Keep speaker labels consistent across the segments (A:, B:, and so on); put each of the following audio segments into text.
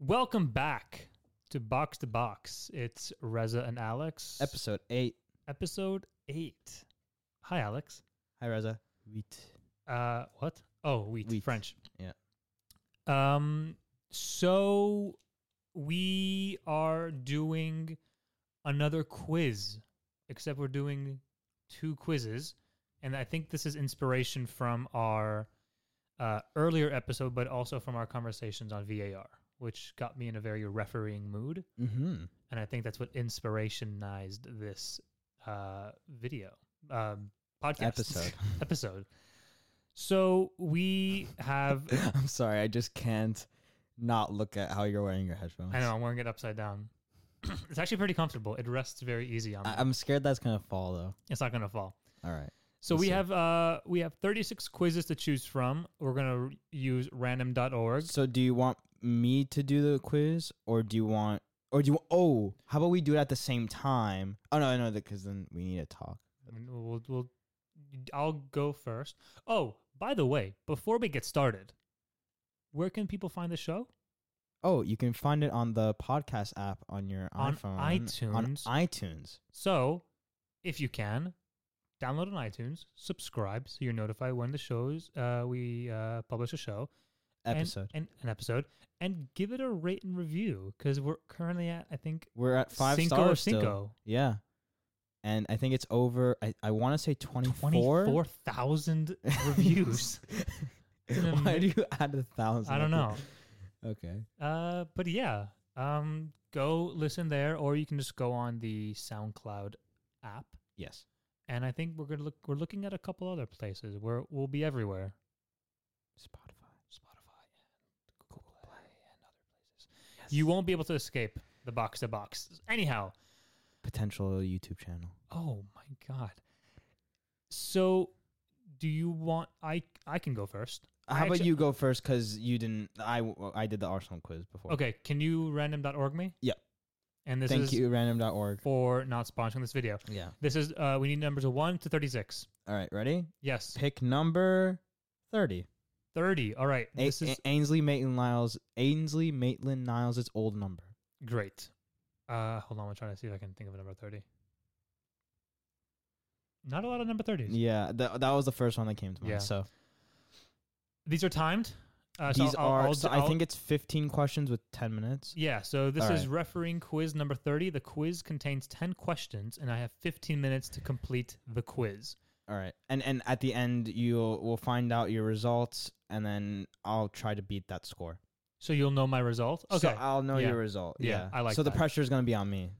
A: Welcome back to Box to Box. It's Reza and Alex.
B: Episode eight.
A: Episode eight. Hi, Alex.
B: Hi Reza. Wheat.
A: Uh, what? Oh, wheat.
B: Wheat.
A: French.
B: Yeah.
A: Um. So we are doing another quiz, except we're doing two quizzes, and I think this is inspiration from our uh, earlier episode, but also from our conversations on VAR, which got me in a very refereeing mood,
B: Mm-hmm.
A: and I think that's what inspirationized this uh, video um, podcast
B: Episode.
A: episode. So we have.
B: I'm sorry, I just can't not look at how you're wearing your headphones.
A: I know I'm wearing it upside down. it's actually pretty comfortable. It rests very easy on. Me.
B: I- am scared that's gonna fall though.
A: it's not going to fall.
B: All right.
A: So we
B: see.
A: have uh we have 36 quizzes to choose from. We're going to use random.org.
B: So do you want me to do the quiz, or do you want, or do you? Oh, how about we do it at the same time? Oh no, no, because then we need to talk.
A: I mean, We'll, we'll I'll go first. Oh, by the way, before we get started, where can people find the show?
B: Oh, you can find it on the podcast app on your
A: On
B: iPhone, on
A: iTunes.
B: iTunes.
A: So, if you can, download on iTunes, subscribe so you're notified when the shows uh, we uh, publish a show. and-
B: Episode.
A: and, an episode and give it a rate and review because we're currently at I think
B: We're at five
A: Cinco
B: stars
A: Cinco
B: still. Yeah, and I think it's over. I, I want to say twenty
A: twenty four thousand reviews. It's an
B: Why
A: ama-
B: do you add a thousand?
A: I don't know,
B: Okay.
A: uh, but yeah, um, go listen there, or you can just go on the SoundCloud app.
B: Yes.
A: And I think we're gonna look. We're looking at a couple other places where we'll be everywhere.
B: Spotify.
A: Spotify and Google Play and other places. You won't be able to escape the box to box. Anyhow,
B: Potential YouTube channel.
A: Oh my god. So do you want I I can go first.
B: How
A: I
B: about
A: actu-
B: you go first? Because you didn't. I w- I did the Arsenal quiz before.
A: Okay, can you random.org me?
B: Yeah.
A: And this
B: Thank
A: is
B: you, random.org.
A: for not sponsoring this video.
B: Yeah.
A: This is uh we need numbers of 1 to 36.
B: All right. Ready?
A: Yes.
B: Pick number thirty.
A: 30. All right.
B: A-
A: This is
B: A- Ainsley Maitland Niles. Ainsley Maitland Niles' old number.
A: great. Uh hold on, I'm trying to see if I can think of a number 30. Not a lot of number 30s.
B: Yeah. That that was the first one that came to mind.
A: Yeah.
B: So
A: These are timed. Uh, so
B: these
A: I'll-
B: are.
A: I'll-
B: so
A: I'll-
B: I think it's fifteen questions with ten minutes.
A: Yeah, so this
B: All
A: is refereeing quiz number 30. The quiz contains 10 questions, and I have 15 minutes to complete the quiz.
B: All right. And and at the end you'll we'll find out your results and then I'll try to beat that score.
A: So you'll know my result. Okay.
B: So I'll know
A: Yeah.
B: your result.
A: Yeah,
B: Yeah.
A: I like
B: So
A: that.
B: the pressure is going to be on me.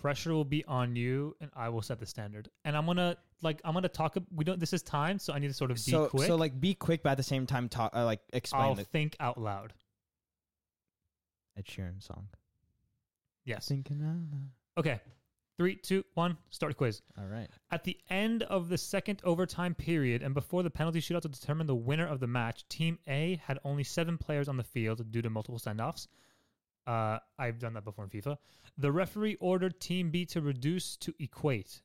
A: Pressure will be on you, and I will set the standard. And I'm going to, like, I'm going to talk. ab- We don't, this is time, so I need to sort of be
B: so
A: quick.
B: so like be quick but at the same time talk uh, like
A: I'll
B: explain the
A: think out loud.
B: Ed Sheeran song.
A: Yes.
B: Thinking out
A: Okay. Three, two, one, start quiz.
B: loud. All right.
A: At the end of the second overtime period and before the penalty shootout to determine the winner of the match, Team A had only seven players on the field due to multiple send offs. Uh, I've done that before in FIFA. The referee ordered Team B to reduce to equate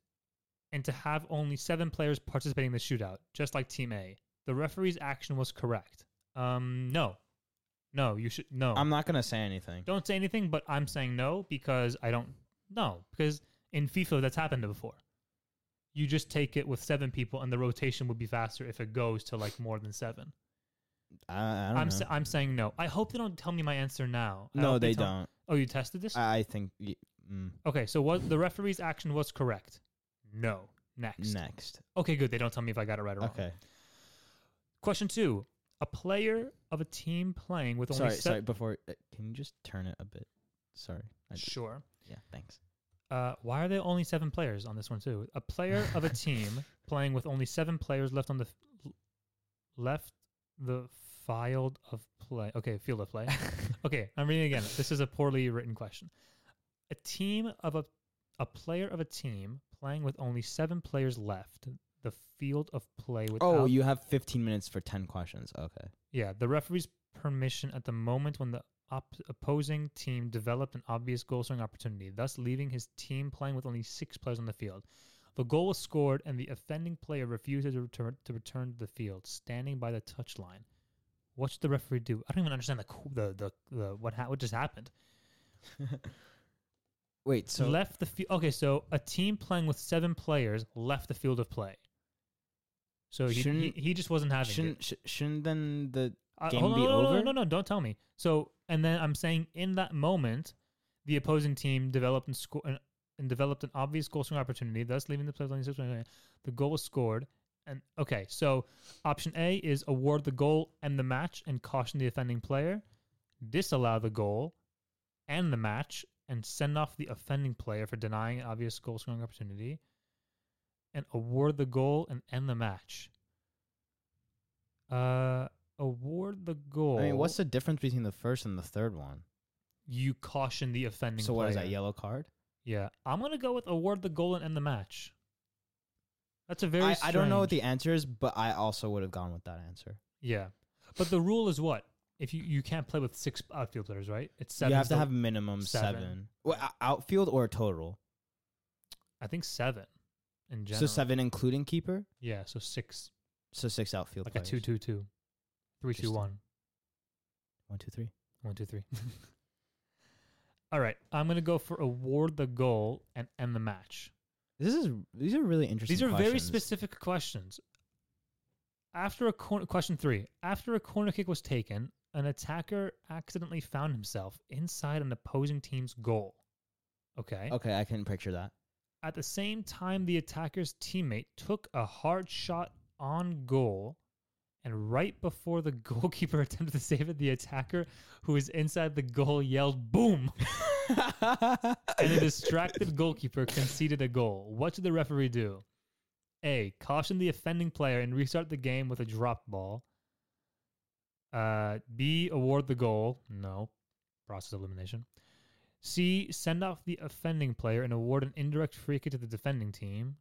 A: and to have only seven players participating in the shootout, just like Team A. The referee's action was correct. Um, no. No, you should. No.
B: I'm not going to say anything.
A: don't say anything, but I'm saying no because I don't know. Because in FIFA, that's happened before. You just take it with seven people, and the rotation would be faster if it goes to like more than seven.
B: I, I don't
A: I'm
B: know.
A: sa- I'm saying no. I hope they don't tell me my answer now. I
B: no,
A: hope
B: they
A: tell-
B: don't.
A: Oh, you tested this?
B: I I think y- mm,
A: okay, so what the referee's action was correct. No. Next.
B: next.
A: Okay, good. They don't tell me if I got it right or wrong.
B: Okay.
A: Question two: A player of a team playing with only
B: Sorry,
A: se-
B: sorry. Before uh, can you just turn it a bit? Sorry. I did-
A: Sure.
B: Yeah, thanks.
A: Uh, why are there only seven players on this one too? A player of a team playing with only seven players left on the f- left the field of play. Okay, field of play. okay, I'm reading again. This is a poorly written question. A team of a a player of a team playing with only seven players left. The field of play without.
B: Oh, you have 15 minutes for 10 questions. Okay.
A: Yeah, the referee's permission at the moment when the op- opposing team developed an obvious goal scoring opportunity, thus leaving his team playing with only six players on the field. The goal was scored, and the offending player refused to return to return to the field, standing by the touchline. What should the referee do? I don't even understand the qu- the the, the what ha- what just happened.
B: Wait, so
A: left the field. Okay, so a team playing with seven players left the field of play. So he, he,
B: Shouldn't-
A: he just wasn't having it.
B: shouldn't sh- shouldn't then the
A: Uh,
B: game
A: hold on,
B: be
A: no, no, no,
B: over?
A: No, no, don't tell me. So, and then I'm saying in that moment, the opposing team developed and sco- and, and developed an obvious goal scoring opportunity, thus leaving the players on the six. The goal was scored, and okay, so option A is award the goal and the match and caution the offending player, disallow the goal and the match, and send off the offending player for denying an obvious goal scoring opportunity, and award the goal and end the match. Uh, award the goal.
B: I mean, what's the difference between the first and the third one?
A: you caution the offending?
B: So what is
A: player.
B: that yellow card?
A: Yeah, I'm gonna go with award the goal and end the match. That's a very.
B: I, I don't know what
A: strange-
B: the answer is, but I also would have gone with that answer.
A: Yeah, but the rule is what if you you can't play with six outfield players, right? It's seven.
B: you have to
A: so-
B: have minimum
A: seven.
B: seven. Well, o- outfield or total?
A: I think seven. In general.
B: So seven including keeper.
A: Yeah, so six,
B: So six outfield.
A: like a
B: players.
A: two, two, two, three, two,
B: Interesting.
A: one,
B: One, two, three.
A: one, two, three. All right, I'm gonna go for award the goal and end the match.
B: This is these are really interesting.
A: These are very
B: questions.
A: specific questions. After a corner, question three, after a corner kick was taken, an attacker accidentally found himself inside an opposing team's goal. Okay.
B: Okay, I can picture that.
A: At the same time, the attacker's teammate took a hard shot on goal, and right before the goalkeeper attempted to save it, the attacker, who was inside the goal, yelled "boom," and a distracted goalkeeper conceded a goal. What should the referee do? A. Caution the offending player and restart the game with a drop ball. Uh, B. Award the goal. No. Process of elimination. C. Send off the offending player and award an indirect free kick to the defending team.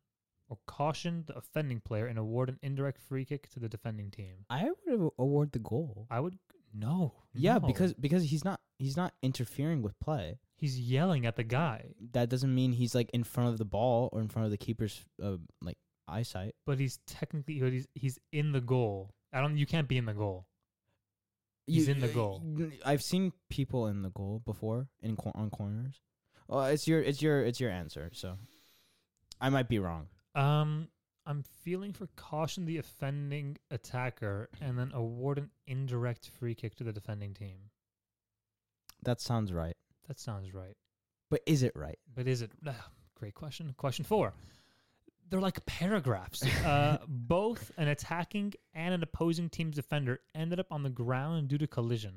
A: Or caution the offending player and award an indirect free kick to the defending team.
B: I would award the goal.
A: I would. No.
B: Yeah,
A: no.
B: because because he's not he's not interfering with play.
A: he's yelling at the guy,
B: That doesn't mean he's like in front of the ball or in front of the keeper's uh, like eyesight.
A: but he's technically but he's he's in the goal. I don't. You can't be in the goal. He's in the goal.
B: uh, I've seen people in the goal before in cor- on corners. Well, it's your it's your it's your answer. So I might be wrong.
A: Um, I'm feeling for caution the offending attacker and then award an indirect free kick to the defending team.
B: That sounds right,
A: That sounds right.
B: but is it right?
A: But is it? ah, great question. Question four. They're like paragraphs. Uh, both an attacking and an opposing team's defender ended up on the ground due to collision.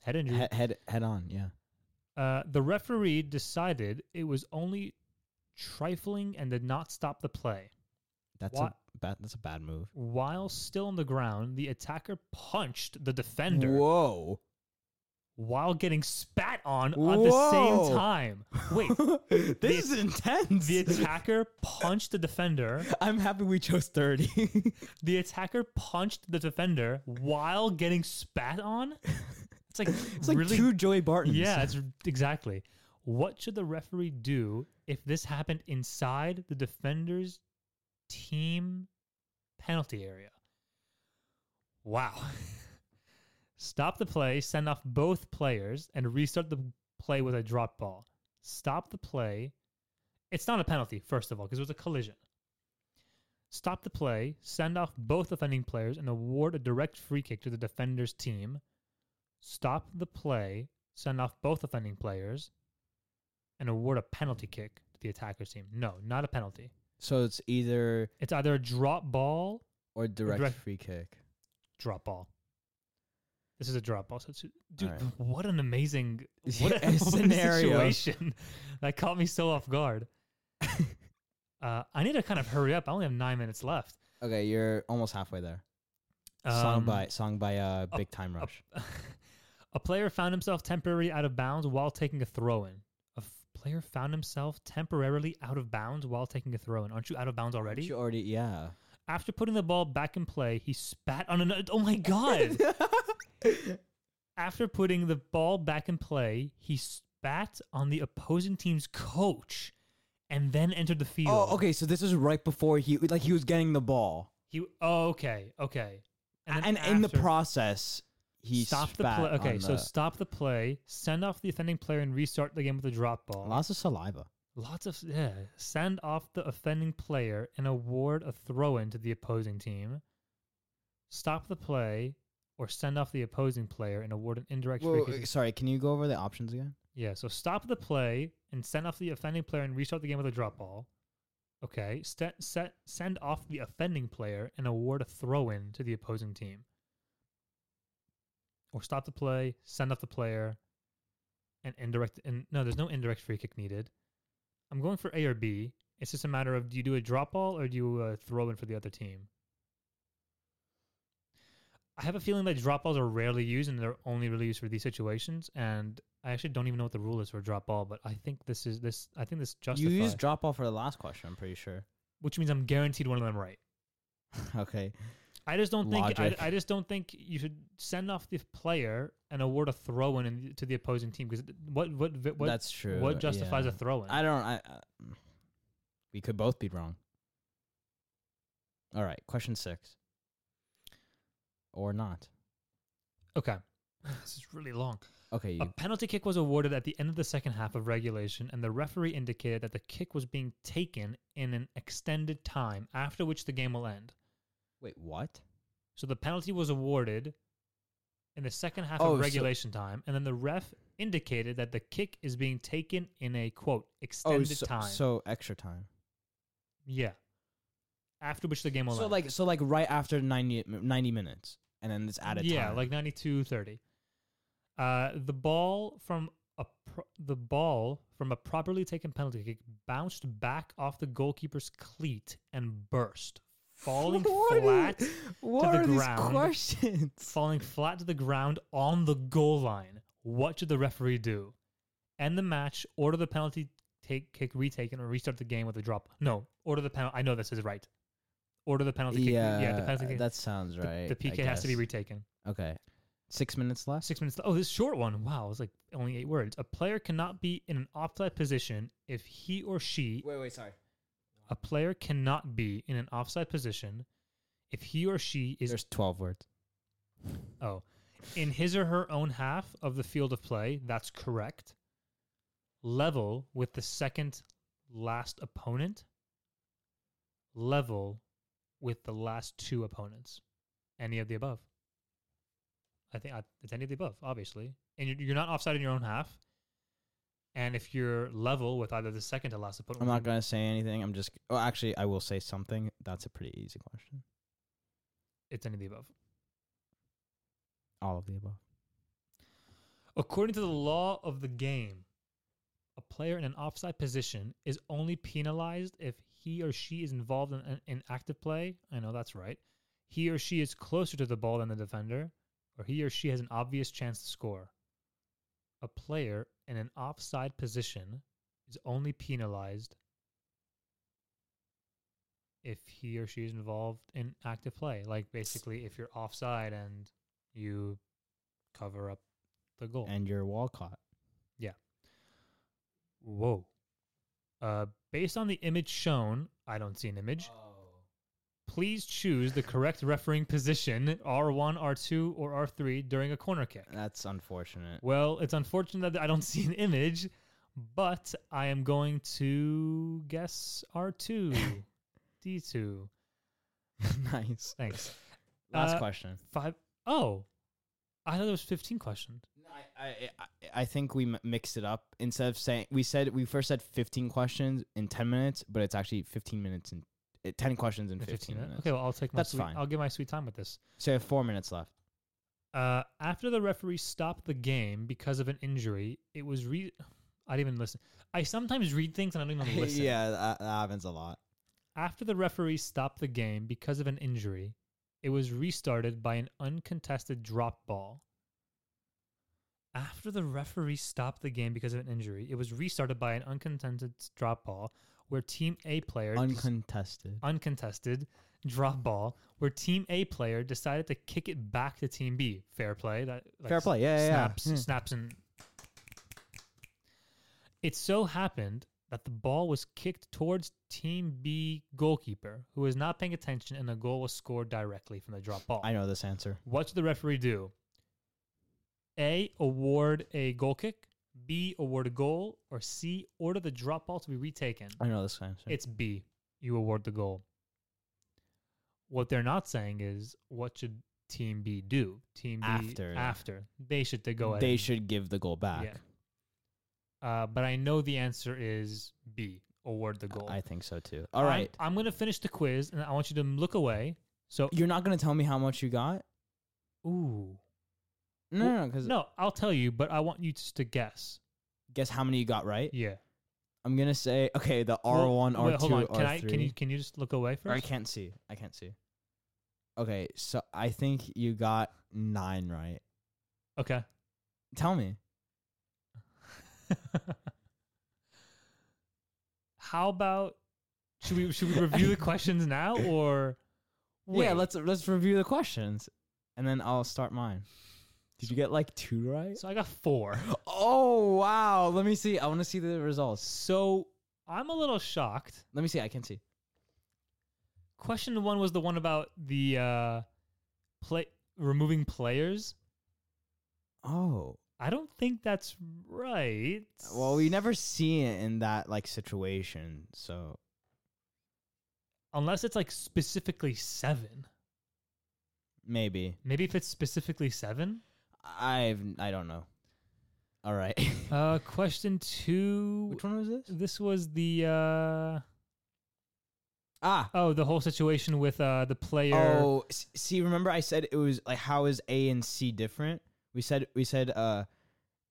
A: Head injury.
B: He- head head on, yeah.
A: Uh, the referee decided it was only trifling and did not stop the play.
B: That's
A: What?
B: a bad that's a bad move.
A: While still on the ground, the attacker punched the defender.
B: Whoa.
A: while getting spat on at the same
B: Whoa.
A: time. Wait,
B: this
A: the-
B: is intense.
A: the attacker punched the defender.
B: I'm happy we chose 30.
A: The attacker punched the defender while getting spat on. It's like
B: it's like
A: really,
B: two Joey Bartons.
A: yeah, it's exactly. What should the referee do if this happened inside the defender's team penalty area? Wow. Stop the play, send off both players, and restart the play with a drop ball. Stop the play. It's not a penalty, first of all, because it was a collision. Stop the play, send off both offending players, and award a direct free kick to the defender's team. Stop the play, send off both offending players, and award a penalty kick to the attacker's team. No, not a penalty.
B: So it's either
A: It's either a drop ball,
B: or direct,
A: Direct-
B: free kick.
A: drop ball. This is a drop ball. So, it's- dude,
B: right.
A: what an amazing what a,
B: Yeah, scenario.
A: situation that caught me so off guard. uh, I need to kind of hurry up. I only have nine minutes left.
B: Okay, you're almost halfway there. song
A: Um,
B: by song by uh
A: up-
B: Big Time Rush.
A: A player found himself temporarily out of bounds while taking a throw in. A f- player found himself temporarily out of bounds while taking a throw in. Aren't you out of bounds already?
B: You already yeah.
A: After putting the ball back in play, he spat on another. Oh my God. After putting the ball back in play, he spat on the opposing team's coach and then entered the field.
B: oh, okay. So this is right before he like he was getting the ball.
A: He, oh, okay. Okay.
B: And,
A: then
B: in the
A: after-
B: process, he
A: stop the
B: spat
A: play. Okay,
B: on
A: so
B: the-
A: stop the play, send off the offending player, and restart the game with a drop ball.
B: lots of saliva.
A: Lots of yeah. Send off the offending player and award a throw-in to the opposing team. Stop the play, or send off the opposing player and award an indirect free
B: Whoa,
A: kick.
B: wait, uh, sorry, can you go over the options again?
A: Yeah, so stop the play and send off the offending player and restart the game with a drop ball. Okay, set, set, send off the offending player and award a throw in to the opposing team. Or stop the play, send off the player, and indirect. And no, there's no indirect free kick needed. I'm going for A or B. It's just a matter of do you do a drop ball or do you uh, throw in for the other team? I have a feeling that drop balls are rarely used and they're only really used for these situations. And I actually don't even know what the rule is for a drop ball, but I think this is this. I think this justifies.
B: You used drop off for the last question, I'm pretty sure.
A: which means I'm guaranteed one of them right.
B: okay.
A: I just don't think.
B: Logic.
A: I, I just don't think you should send off the player and award a throw in in to the opposing team because what what vi- what
B: That's true.
A: what justifies
B: yeah.
A: a throw in?
B: I don't I, I We could both be wrong. All right, question 6. Or not.
A: Okay, this is really long.
B: Okay,
A: A
B: you,
A: penalty kick was awarded at the end of the second half of regulation, and the referee indicated that the kick was being taken in an extended time, after which the game will end.
B: wait, what?
A: So the penalty was awarded in the second half
B: Oh,
A: of
B: so-
A: regulation time, and then the ref indicated that the kick is being taken in a quote
B: Oh,
A: extended
B: so,
A: time.
B: so extra time.
A: yeah. After which the game will
B: so
A: end.
B: like so like right after 90, 90 minutes and then it's added
A: yeah,
B: time.
A: like 92 30. Uh, the ball from a pro- the ball from a properly taken penalty kick bounced back off the goalkeeper's cleat and burst, falling
B: What are
A: flat,
B: these- what
A: the
B: are these
A: ground.
B: questions?
A: falling flat to the ground on the goal line. What should the referee do? End the match, order the penalty take kick retaken, or restart the game with a drop. No, order the penalty. I know this is right. Order the penalty kick. Yeah, the penalty kick.
B: that sounds
A: the-
B: right.
A: The,
B: I
A: PK has to be
B: guess.
A: retaken.
B: Okay. Six minutes left.
A: Six minutes. Oh, this is a short one. Wow, it's like only eight words. A player cannot be in an offside position if he or she.
B: Wait, wait, sorry.
A: A player cannot be in an offside position if he or she is
B: There's 12 words.
A: Oh, in his or her own half of the field of play, that's correct. Level with the second last opponent. Level with the last two opponents. Any of the above. I think I, it's any of the above, obviously. And you're, you're not offside in your own half. And if you're level with either the second to last opponent,
B: I'm not
A: which-
B: going to say anything. I'm just. Oh, actually, I will say something. That's a pretty easy question.
A: it's any of the above.
B: All of the above.
A: According to the law of the game, a player in an offside position is only penalized if he or she is involved in, in, in active play. I know that's right. He or she is closer to the ball than the defender, or he or she has an obvious chance to score. A player in an offside position is only penalized if he or she is involved in active play. Like basically, if you're offside and you cover up the goal.
B: And your Walcott.
A: Whoa. Uh, based on the image shown, I don't see an image.
B: Oh.
A: Please choose the correct refereeing position, R1, R2, or R3, during a corner kick.
B: That's unfortunate.
A: Well, it's unfortunate that I don't see an image, but I am going to guess R2, D2.
B: nice.
A: Thanks.
B: Last
A: Uh,
B: question.
A: Five oh I thought it was 15 questions.
B: I, I, I think we m- mixed it up. Instead of saying. We said. We first said 15 questions in 10 minutes, but it's actually 15 minutes and. Uh, 10 questions in 15, minutes.
A: Okay, well, I'll take my
B: That's
A: sweet,
B: fine.
A: I'll give my sweet time with this.
B: So you have four minutes left.
A: Uh, after the referee stopped the game because of an injury, it was re. I didn't even listen. I sometimes read things and I don't even listen.
B: yeah, that, that happens a lot.
A: After the referee stopped the game because of an injury, it was restarted by an uncontested drop ball. After the referee stopped the game because of an injury, it was restarted by an uncontested drop ball where team A player
B: Uncontested.
A: uncontested drop ball where team A player decided to kick it back to team B. Fair play. That like,
B: Fair Hmm. play. Yeah, yeah, yeah.
A: snaps,
B: Hmm.
A: snaps, and it so happened that the ball was kicked towards Team B goalkeeper, who was not paying attention, and the goal was scored directly from the drop ball.
B: Hmm. I know this answer.
A: What should the referee do? A. Award a goal kick. B. Award a goal. Or C. Order the drop ball to be retaken.
B: I know this answer.
A: It's B. You award the goal. What they're not saying is what should Team B do? Team B
B: After, yeah.
A: after they should they go ahead.
B: they
A: and-
B: should give the goal back.
A: Yeah. Uh, but I know the answer is B. Award the goal.
B: I think so too. All right.
A: I'm, I'm gonna finish the quiz, and I want you to look away. So,
B: You're not gonna tell me how much you got?
A: ooh,
B: No,
A: Well,
B: no, because
A: no, I'll tell you, but I want you just to guess.
B: guess how many you got right?
A: Yeah.
B: I'm gonna say okay, the R
A: Well,
B: one, R
A: wait,
B: two,
A: hold on.
B: R
A: Can I? Can you?
B: three.
A: Can you just look away
B: Or I
A: first?
B: can't see. I can't see. Okay, so I think you got nine right.
A: Okay.
B: Tell me.
A: How about should we should we review the questions now or?
B: Yeah,
A: wait.
B: let's let's review the questions, and then I'll start mine. Did you get like two right?
A: So I got four.
B: Oh wow! Let me see. I want to see the results.
A: So I'm a little shocked.
B: Let me see. I can see.
A: Question one was the one about the uh, play removing players.
B: Oh
A: I don't think that's right.
B: well, we never see it in that like situation. So
A: unless it's like specifically seven.
B: maybe
A: Maybe if it's specifically seven.
B: I've I don't know. All right.
A: Uh, question two.
B: Which one was this?
A: This was the uh,
B: Ah.
A: oh the whole situation with uh the player.
B: Oh, s- see, remember I said it was like how is A and C different? We said we said uh,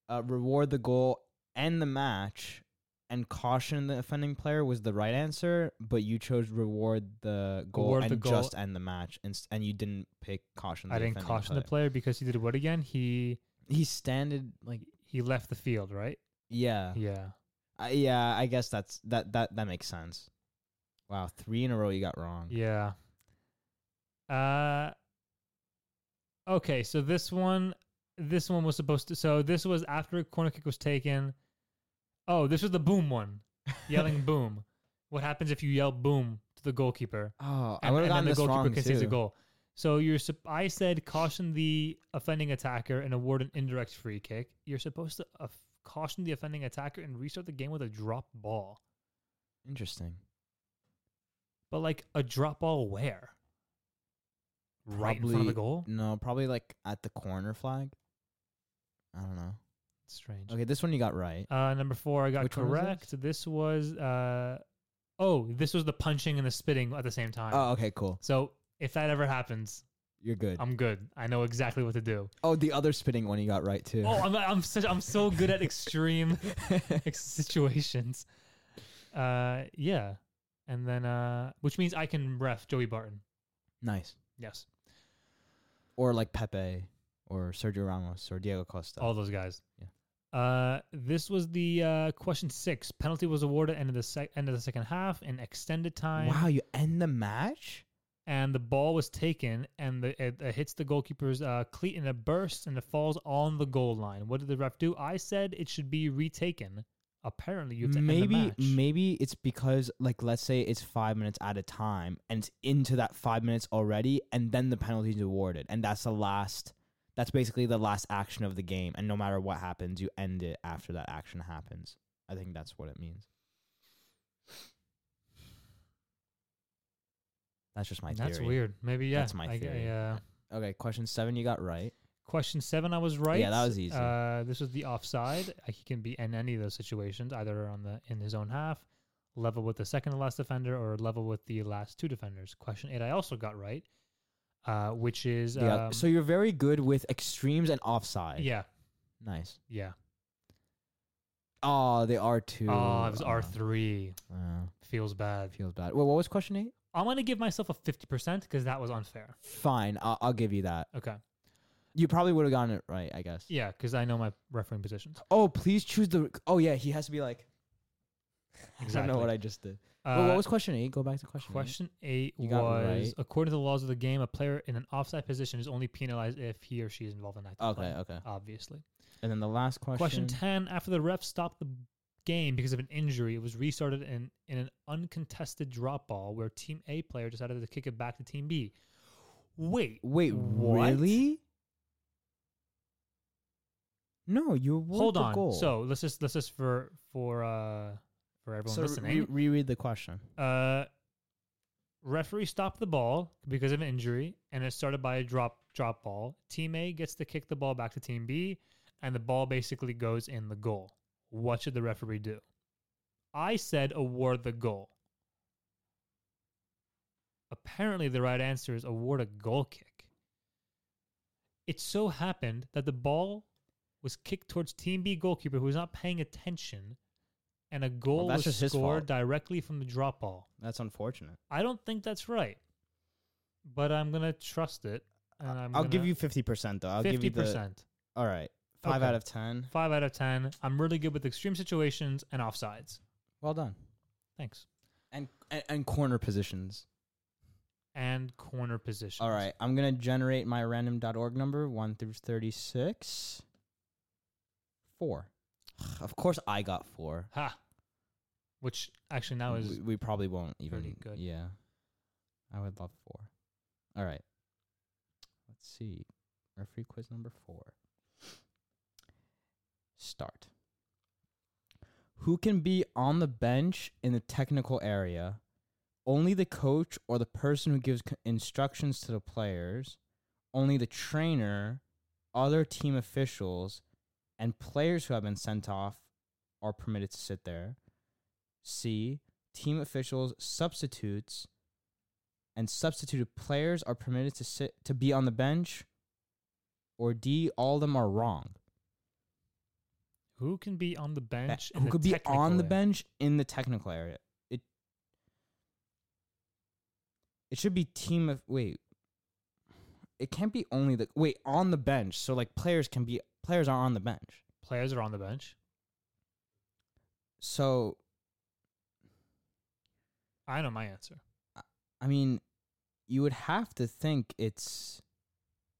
B: uh reward the goal and the match and caution the offending player was the right answer, but you chose reward the goal
A: Reward
B: and
A: the goal.
B: just end the match and s- and you didn't pick caution. The
A: I didn't
B: offending
A: caution the player because he did what again? He
B: He standed like
A: he left the field, right?
B: yeah.
A: Yeah.
B: I yeah, I guess that's that that that makes sense. Wow, three in a row you got wrong.
A: Yeah. Uh Okay, so this one this one was supposed to so this was after a corner kick was taken. Oh, this was the boom one. Yelling boom. What happens if you yell boom to the goalkeeper?
B: Oh, I
A: and,
B: would have
A: and
B: gotten
A: then the
B: this
A: goalkeeper
B: wrong
A: concedes
B: too.
A: a goal. So you're sup- I said caution the offending attacker and award an indirect free kick. You're supposed to uh, caution the offending attacker and restart the game with a drop ball.
B: Interesting.
A: But like a drop ball where? Right in front of the
B: Probably-
A: goal?
B: No, probably like at the corner flag. I don't know.
A: Strange.
B: Okay, this one you got right.
A: Uh, number four, I got
B: Which one was
A: correct. this? was uh, oh, this was the punching and the spitting at the same time.
B: Oh, okay, cool.
A: So if that ever happens,
B: You're good.
A: I'm good. I know exactly what to do.
B: oh, the other spitting one you got right too.
A: Oh, uh, I'm I'm such I'm so good at extreme ex- situations. Uh, yeah, and then uh, which means I can ref Joey Barton.
B: nice.
A: Yes,
B: Or like Pepe or Sergio Ramos or Diego Costa.
A: all those guys. Yeah. Uh, this was the uh, question six. Penalty was awarded end of the sec- end of the second half in extended time.
B: wow, you end the match?
A: and the ball was taken and the, it, it hits the goalkeeper's uh, cleat and it bursts and it falls on the goal line. What did the ref do? I said it should be retaken. Apparently, you have to
B: maybe
A: end the match.
B: maybe it's because like let's say it's five minutes at a time and it's into that five minutes already and then the penalty is awarded and that's the last that's basically the last action of the game and no matter what happens you end it after that action happens i think that's what it means that's just my theory
A: That's weird. Maybe yeah.
B: That's my
A: I,
B: theory.
A: yeah.
B: okay question seven you got right
A: Question seven, I was right.
B: Yeah, that was easy.
A: Uh, this was the offside. Uh, He can be in any of those situations, either on the in his own half, level with the second to last defender, or level with the last two defenders. Question eight, I also got right, uh, which is
B: yeah
A: um,
B: so you're very good with extremes and offside
A: yeah,
B: nice
A: yeah.
B: oh they are too
A: Oh, it was
B: uh,
A: R three.
B: uh,
A: Feels bad.
B: feels bad Wait, what was question eight
A: I'm gonna give myself a fifty percent because that was unfair.
B: Fine, I'll, I'll give you that.
A: Okay.
B: You probably would have gotten it right, I guess.
A: Yeah, because I know my refereeing positions.
B: Oh, please choose the. Oh yeah, he has to be like. I don't
A: Exactly.
B: know what I just did.
A: Uh,
B: Wait, what was question eight? Go back to question.
A: question eight
B: You got
A: was
B: right.
A: according to the laws of the game, a player in an offside position is only penalized if he or she is involved in an
B: Eight?
A: active
B: Okay,
A: play,
B: okay.
A: Obviously.
B: And then the last question.
A: Question ten: After the ref stopped the game because of an injury. It was restarted in, in an uncontested drop ball where Team A player decided to kick it back to Team B. Wait,
B: Wait,
A: what?
B: really? No, you award
A: Hold
B: the
A: on.
B: goal.
A: So let's just let's just for for uh for everyone
B: so re-
A: listening.
B: reread the question.
A: uh, referee stopped the ball because of an injury, and it started by a drop drop ball. Team A gets to kick the ball back to Team B, and the ball basically goes in the goal. What should the referee do? I said award the goal. Apparently, the right answer is award a goal kick. It so happened that the ball was kicked towards Team B goalkeeper who was not paying attention, and a goal
B: that's
A: was
B: just his
A: scored
B: fault.
A: directly from the drop ball.
B: That's unfortunate.
A: I don't think that's right, but I'm gonna trust it, and I'm
B: I'll give
A: gonna-
B: you fifty percent though. I'll give
A: fifty
B: you the.
A: percent,
B: All right, five
A: Okay.
B: out of ten.
A: five out of ten. I'm really good with extreme situations and offsides.
B: Well done.
A: Thanks.
B: And and, and corner positions.
A: And corner positions.
B: All right, I'm gonna generate my random.org number one through thirty-six. Four. Of course, I got four.
A: Ha. Which actually now is
B: we, we probably won't even.
A: pretty good.
B: Yeah, I would love four. All right. Let's see. Referee quiz number four. Start. Who can be on the bench in the technical area? Only the coach or the person who gives c- instructions to the players, only the trainer, other team officials, and players who have been sent off are permitted to sit there. C. Team officials, substitutes, and substituted players are permitted to sit to be on the bench. Or D. All of them are wrong.
A: who can be on the
B: Be-
A: bench. in
B: who
A: the
B: could be
A: technical
B: on the
A: area?
B: bench in the technical area? It it should be team of wait. It can't be only the wait on the bench. So like players can be players are on the bench.
A: Players are on the bench.
B: So
A: I know my answer.
B: I mean, you would have to think it's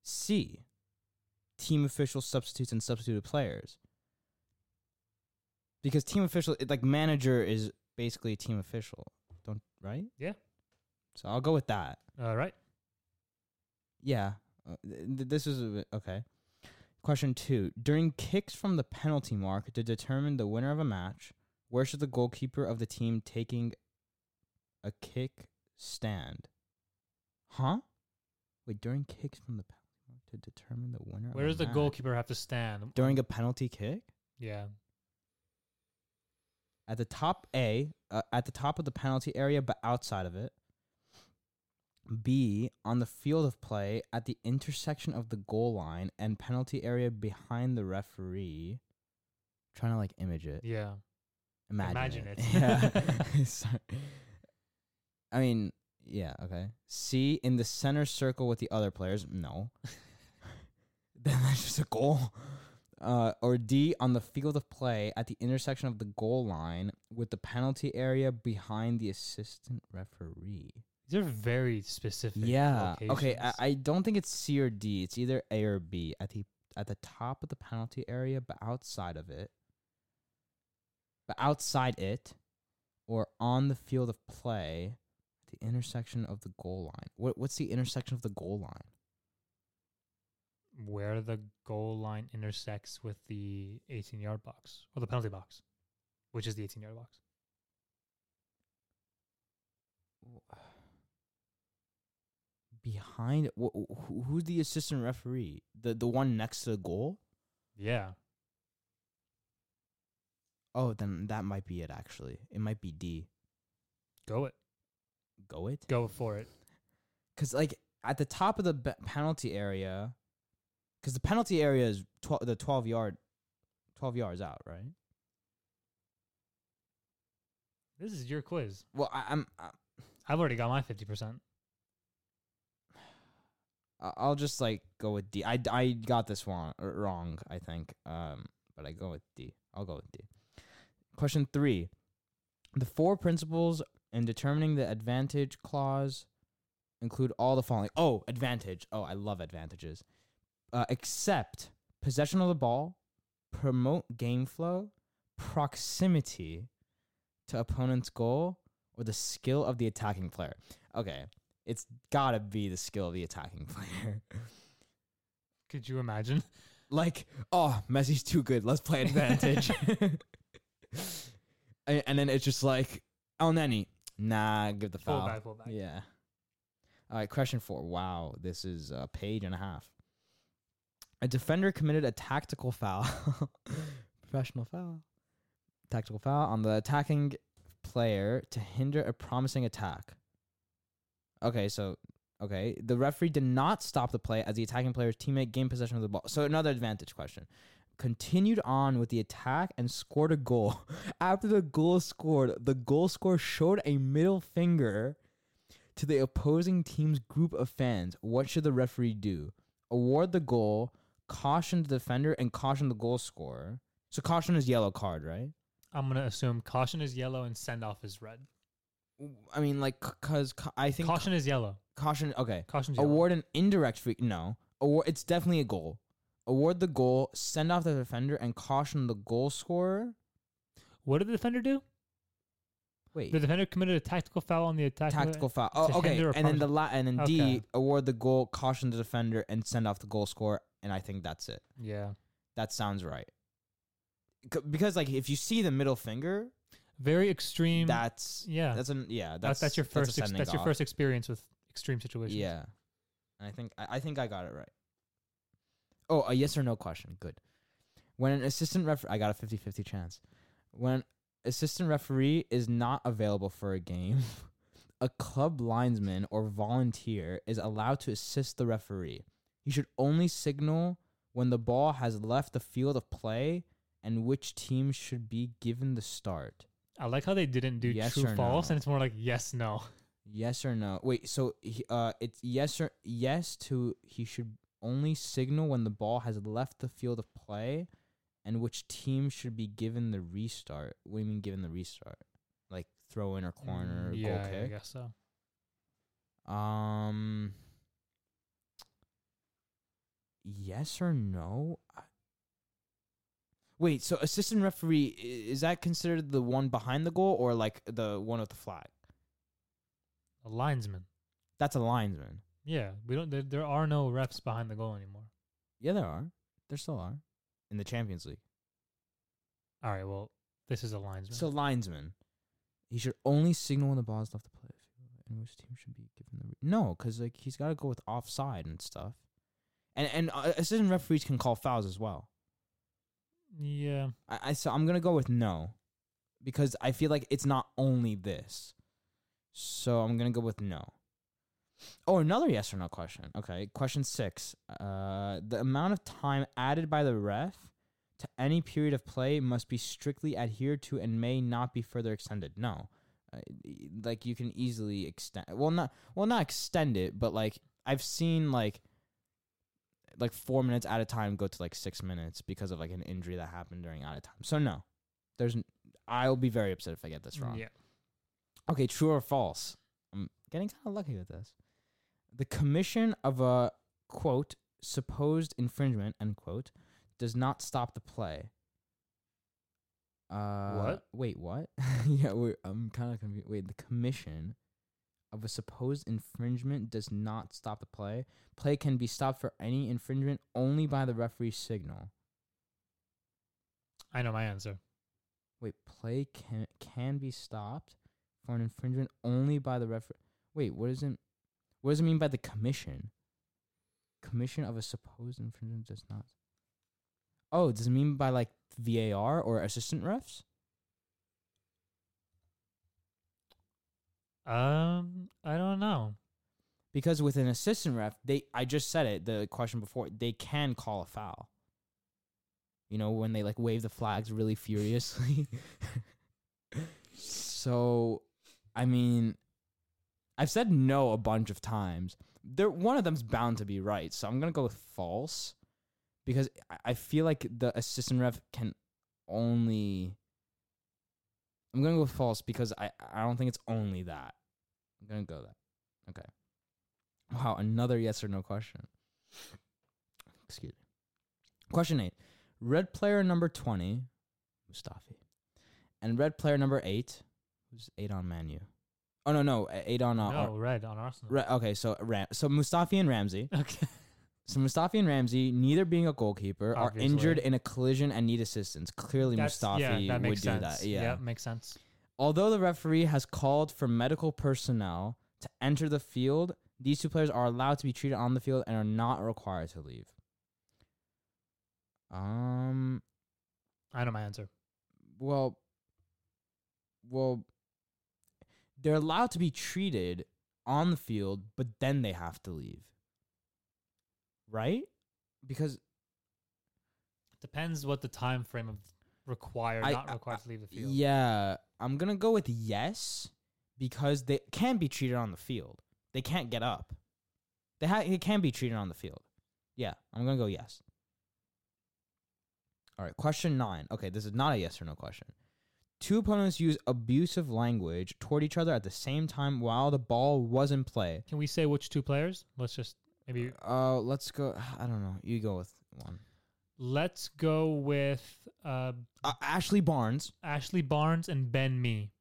B: C. Team official substitutes and substituted players. Because team official, it, like manager, is basically a team official. Don't right?
A: Yeah.
B: So I'll go with that.
A: All right.
B: Yeah. Uh, th- th- this is a bit- okay. Question two: During kicks from the penalty mark to determine the winner of a match, where should the goalkeeper of the team taking a kick stand? Huh? Wait, during kicks from the penalty mark to determine the winner.
A: Where
B: of a
A: does the
B: match?
A: goalkeeper have to stand?
B: during a penalty kick?
A: Yeah.
B: at the top A, uh, at the top of the penalty area, but outside of it. B, on the field of play, at the intersection of the goal line and penalty area behind the referee. Trying to like image it.
A: Yeah.
B: Imagine,
A: Imagine
B: it.
A: it.
B: yeah. Sorry. I mean, yeah, okay. C, in the center circle with the other players. No. then that's just a goal. Uh, or D, on the field of play at the intersection of the goal line with the penalty area behind the assistant referee.
A: These are very specific.
B: Yeah. Okay. I,
A: locations.
B: I don't think it's C or D. It's either A or B at the at the top of the penalty area, but outside of it, but outside it, or on the field of play, at the intersection of the goal line. What what's the intersection of the goal line?
A: where the goal line intersects with the 18 yard box or the penalty box, which is the 18 yard box.
B: Behind wh- wh- who- who's the assistant referee? The the one next to the goal?
A: Yeah.
B: Oh, then that might be it. Actually, it might be D.
A: Go it.
B: Go it.
A: Go for it.
B: because like at the top of the b- penalty area, because the penalty area is twelve, the twelve yard, twelve yards out, right?
A: This is your quiz.
B: Well, I, I'm, I,
A: I've already got my 50%.
B: I'll just like go with D. I, I got this one er, wrong, I think. Um, but I go with D. I'll go with D. Question three: The four principles in determining the advantage clause include all the following. Oh, advantage. Oh, I love advantages. Uh, except possession of the ball, promote game flow, proximity to opponent's goal or the skill of the attacking player. Okay, it's gotta be the skill of the attacking player.
A: Could you imagine?
B: like, oh, Messi's too good. Let's play advantage. A- and then it's just like, El Nenny, nah, give the
A: Full
B: foul.
A: back, full back.
B: Yeah. All right, question four. Wow, this is a page and a half. A defender committed a tactical foul, professional foul, tactical foul on the attacking player to hinder a promising attack. Okay, so, okay. The referee did not stop the play as the attacking player's teammate gained possession of the ball. So, another advantage question. Continued on with the attack and scored a goal. After the goal scored, the goal scorer showed a middle finger to the opposing team's group of fans, what should the referee do? Award the goal, caution the defender, and caution the goal scorer. So caution is yellow card, right?
A: I'm gonna assume caution is yellow and send off is red.
B: I mean, like, cause ca- I think
A: Caution is yellow.
B: caution. Okay,
A: Caution's yellow.
B: award an indirect free. No, award. It's definitely a goal. Award the goal, send off the defender, and caution the goal scorer.
A: What did the defender do?
B: Wait,
A: The defender committed a tactical foul on the attack.
B: tactical foul.
A: to
B: Oh, okay.
A: hinder or
B: And then
A: punish-
B: the la- and then D
A: Okay.
B: award the goal, caution the defender, and send off the goal scorer. And I think that's it.
A: Yeah.
B: That sounds right. C- Because like if you see the middle finger,
A: Very extreme.
B: that's
A: yeah. That's,
B: that's an yeah
A: that's,
B: that's
A: your
B: a
A: first. That's,
B: sending
A: that's your
B: off.
A: first experience with extreme situations.
B: yeah. And I think I, I think I got it right. Oh, a yes or no question. Good. When an assistant referee, I got a 50-50 chance. When an assistant referee is not available for a game, a club linesman or volunteer is allowed to assist the referee. He should only signal when the ball has left the field of play and which team should be given the start.
A: I like how they didn't do
B: Yes
A: true
B: or
A: false,
B: no?
A: and it's more like yes, no.
B: Yes or no? Wait, so he- uh, it's yes or yes to he should only signal when the ball has left the field of play, and which team should be given the restart. What do you mean given the restart? Like throw in or corner or
A: Mm, yeah,
B: goal
A: I
B: kick?
A: guess so.
B: Um. Yes or no? I- Wait, so assistant referee i- is that considered the one behind the goal or like the one with the flag?
A: A linesman.
B: That's a linesman.
A: Yeah, we don't. There, there are no refs behind the goal anymore.
B: Yeah, there are. There still are in the Champions League.
A: All right. Well, this is a linesman.
B: So linesman, he should only signal when the ball is left to play. And which team should be given the re- no? Because like he's got to go with offside and stuff. And and uh, assistant referees can call fouls as well.
A: yeah,
B: I, I so I'm gonna go with no, because I feel like it's not only this. So I'm gonna go with no. Oh, another yes or no question. Okay, question six. Uh, the amount of time added by the ref to any period of play must be strictly adhered to and may not be further extended. No, uh, y- like you can easily extend. Well, not well, not extend it, but like I've seen like like four minutes at a time go to like six minutes because of like an injury that happened during out of time. So no, there's n- I'll be very upset if I get this wrong.
A: Mm, yeah.
B: Okay, true or false? I'm getting kind of lucky with this. The commission of a quote supposed infringement end quote does not stop the play. Uh,
A: What?
B: Wait, what? yeah, we're, I'm kind of confused. Wait, the commission of a supposed infringement does not stop the play. Play can be stopped for any infringement only by the referee's signal.
A: I know my answer.
B: Wait, play can can be stopped for an infringement only by the referee. Wait, what does it? What does it mean by the commission? Commission of a supposed infringement does not. Oh, does it mean by like VAR or assistant refs?
A: Um, I don't know.
B: Because with an assistant ref, they I just said it the question before they can call a foul. You know when they like wave the flags really furiously. so, I mean, I've said no a bunch of times. There one of them's bound to be right, so I'm gonna go with false, because I- I feel like the assistant ref can only. I'm gonna go with false because I I don't think it's only that. I'm gonna go that. Okay. Wow, another yes or no question. Excuse me. Question eight. Red player number 20, Mustafi, And red player number eight, who's eight on Manu? Oh no, no, eight on uh,
A: no, red on Arsenal.
B: Ra- okay, so Ram- so Mustafi and Ramsey.
A: Okay.
B: So Mustafi and Ramsey, neither being a goalkeeper,
A: Obviously.
B: are injured in a collision and need assistance. Clearly,
A: That's-
B: Mustafi
A: yeah, that
B: would
A: makes
B: do
A: sense.
B: that. Yeah.
A: makes sense.
B: Although the referee has called for medical personnel to enter the field, these two players are allowed to be treated on the field and are not required to leave. Um.
A: I know my answer.
B: Well. Well. They're allowed to be treated on the field, but then they have to leave. Right? Because
A: Depends what the time frame of require
B: I-
A: not
B: I-
A: required to leave the field.
B: Yeah, I'm gonna go with yes because they can be treated on the field. They can't get up. They ha- they can be treated on the field. Yeah, I'm gonna go yes. All right, question nine. Okay, this is not a yes or no question. Two opponents use abusive language toward each other at the same time while the ball was in play.
A: Can we say which two players? Let's just maybe
B: Uh, let's go. I don't know. You go with one.
A: let's go with uh,
B: Uh, Ashley Barnes.
A: Ashley Barnes and Ben Me.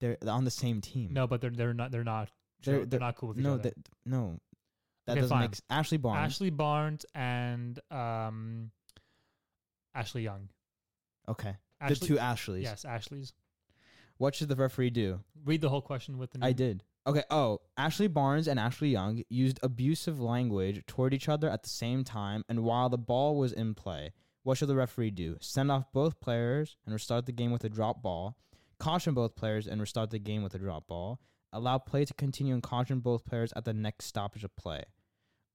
B: They're they're on the same team.
A: No, but they're they're not they're not they're,
B: Hmm. They're-
A: they're,
B: they're-
A: not cool with each
B: no,
A: other.
B: that no. That
A: Okay,
B: doesn't
A: fine.
B: make s- Ashley Barnes.
A: Ashley Barnes and um, Ashley Young.
B: Okay.
A: Ashley,
B: the two Ashleys.
A: yes, Ashley's.
B: What should the referee do?
A: Read the whole question with the.
B: I
A: name.
B: did. Okay. Oh, Ashley Barnes and Ashley Young used abusive language toward each other at the same time and while the ball was in play. What should the referee do? Send off both players and restart the game with a drop ball. Caution both players and restart the game with a drop ball. Allow play to continue and caution both players at the next stoppage of play.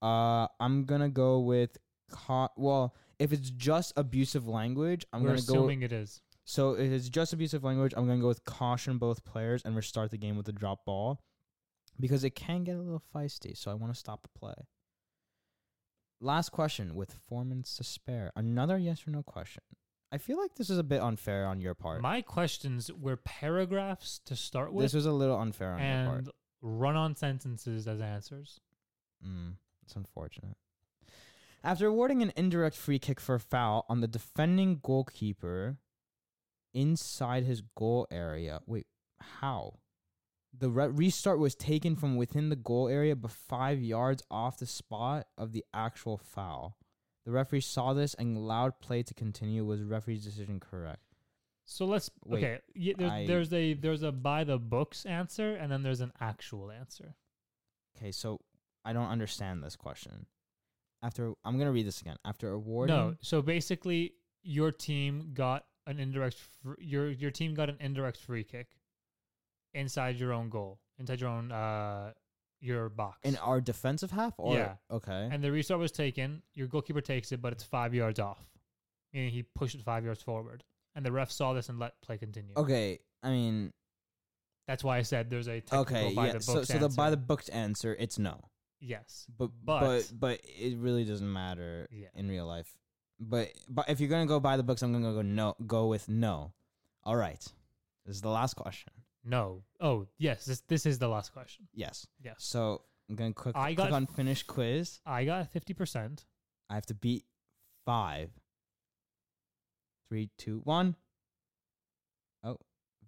B: Uh, I'm gonna go with ca- well, if it's just abusive language, I'm
A: We're
B: gonna go.
A: assuming it is.
B: So if it's just abusive language, I'm gonna go with caution both players and restart the game with a drop ball. Because it can get a little feisty, so I want to stop the play. Last question with four minutes to spare. Another yes or no question. I feel like this is a bit unfair on your part.
A: My questions were paragraphs to start with
B: this was a little unfair on your part.
A: and run on sentences as answers.
B: Mm, it's unfortunate. After awarding an indirect free kick for a foul on the defending goalkeeper inside his goal area. Wait, how? The re- restart was taken from within the goal area, but five yards off the spot of the actual foul. The referee saw this and allowed play to continue. Was referee's decision correct?
A: So let's
B: Wait,
A: okay. Yeah, there's,
B: I-
A: there's a there's a by the books answer and then there's an actual answer.
B: Okay, so I don't understand this question. After I'm gonna read this again. After awarding,
A: No, so basically your team got an indirect fr- your your team got an indirect free kick inside your own goal, inside your own uh your box.
B: in our defensive half, or
A: Yeah.
B: okay,
A: and the restart was taken. Your goalkeeper takes it, but it's five yards off, meaning he pushed it five yards forward. And the ref saw this and let play continue.
B: Okay, I mean,
A: That's why I said there's a technical
B: okay,
A: by
B: yeah.
A: the books
B: so, so the by
A: answer.
B: the books answer, it's no.
A: yes,
B: But
A: But-
B: but but, it really doesn't matter
A: Yeah.
B: in real life. But but if you're gonna go by the books, I'm gonna go no. Go with no. All right, this is the last question.
A: no, oh yes. This this is the last question.
B: Yes.
A: Yes,
B: So I'm gonna click,
A: I got
B: click on finish quiz.
A: I got fifty percent.
B: I have to beat five. Three, two, one. Oh,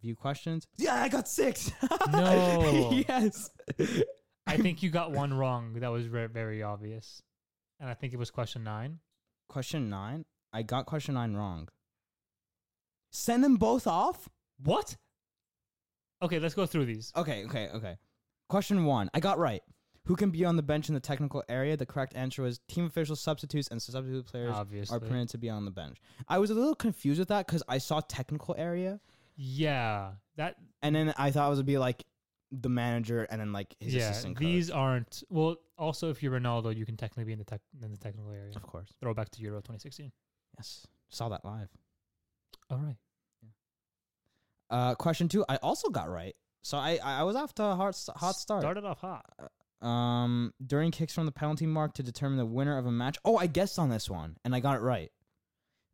B: view questions. Yeah, I got six.
A: No.
B: yes.
A: I think you got one wrong. That was very, very obvious, and I think it was question nine.
B: Question nine. I got question nine wrong. Send them both off?
A: What? Okay, let's go through these.
B: Okay, okay, okay. Question one. I got right. Who can be on the bench in the technical area? The correct answer was team officials, substitutes, and substitute players
A: Obviously,
B: are permitted to be on the bench. I was a little confused with that because I saw technical area
A: yeah. That
B: and then I thought it was gonna be like the manager and then like his
A: yeah.
B: assistant. coach.
A: These aren't well. Also, if you're Ronaldo, you can technically be in the tech in the technical area.
B: of course.
A: Throwback to Euro 2016.
B: Yes. Saw that live.
A: All right.
B: Uh, question two. I also got right. So I I I was off to a hard s- hot start.
A: Started off hot.
B: um, during kicks from the penalty mark to determine the winner of a match. Oh, I guessed on this one, and I got it right.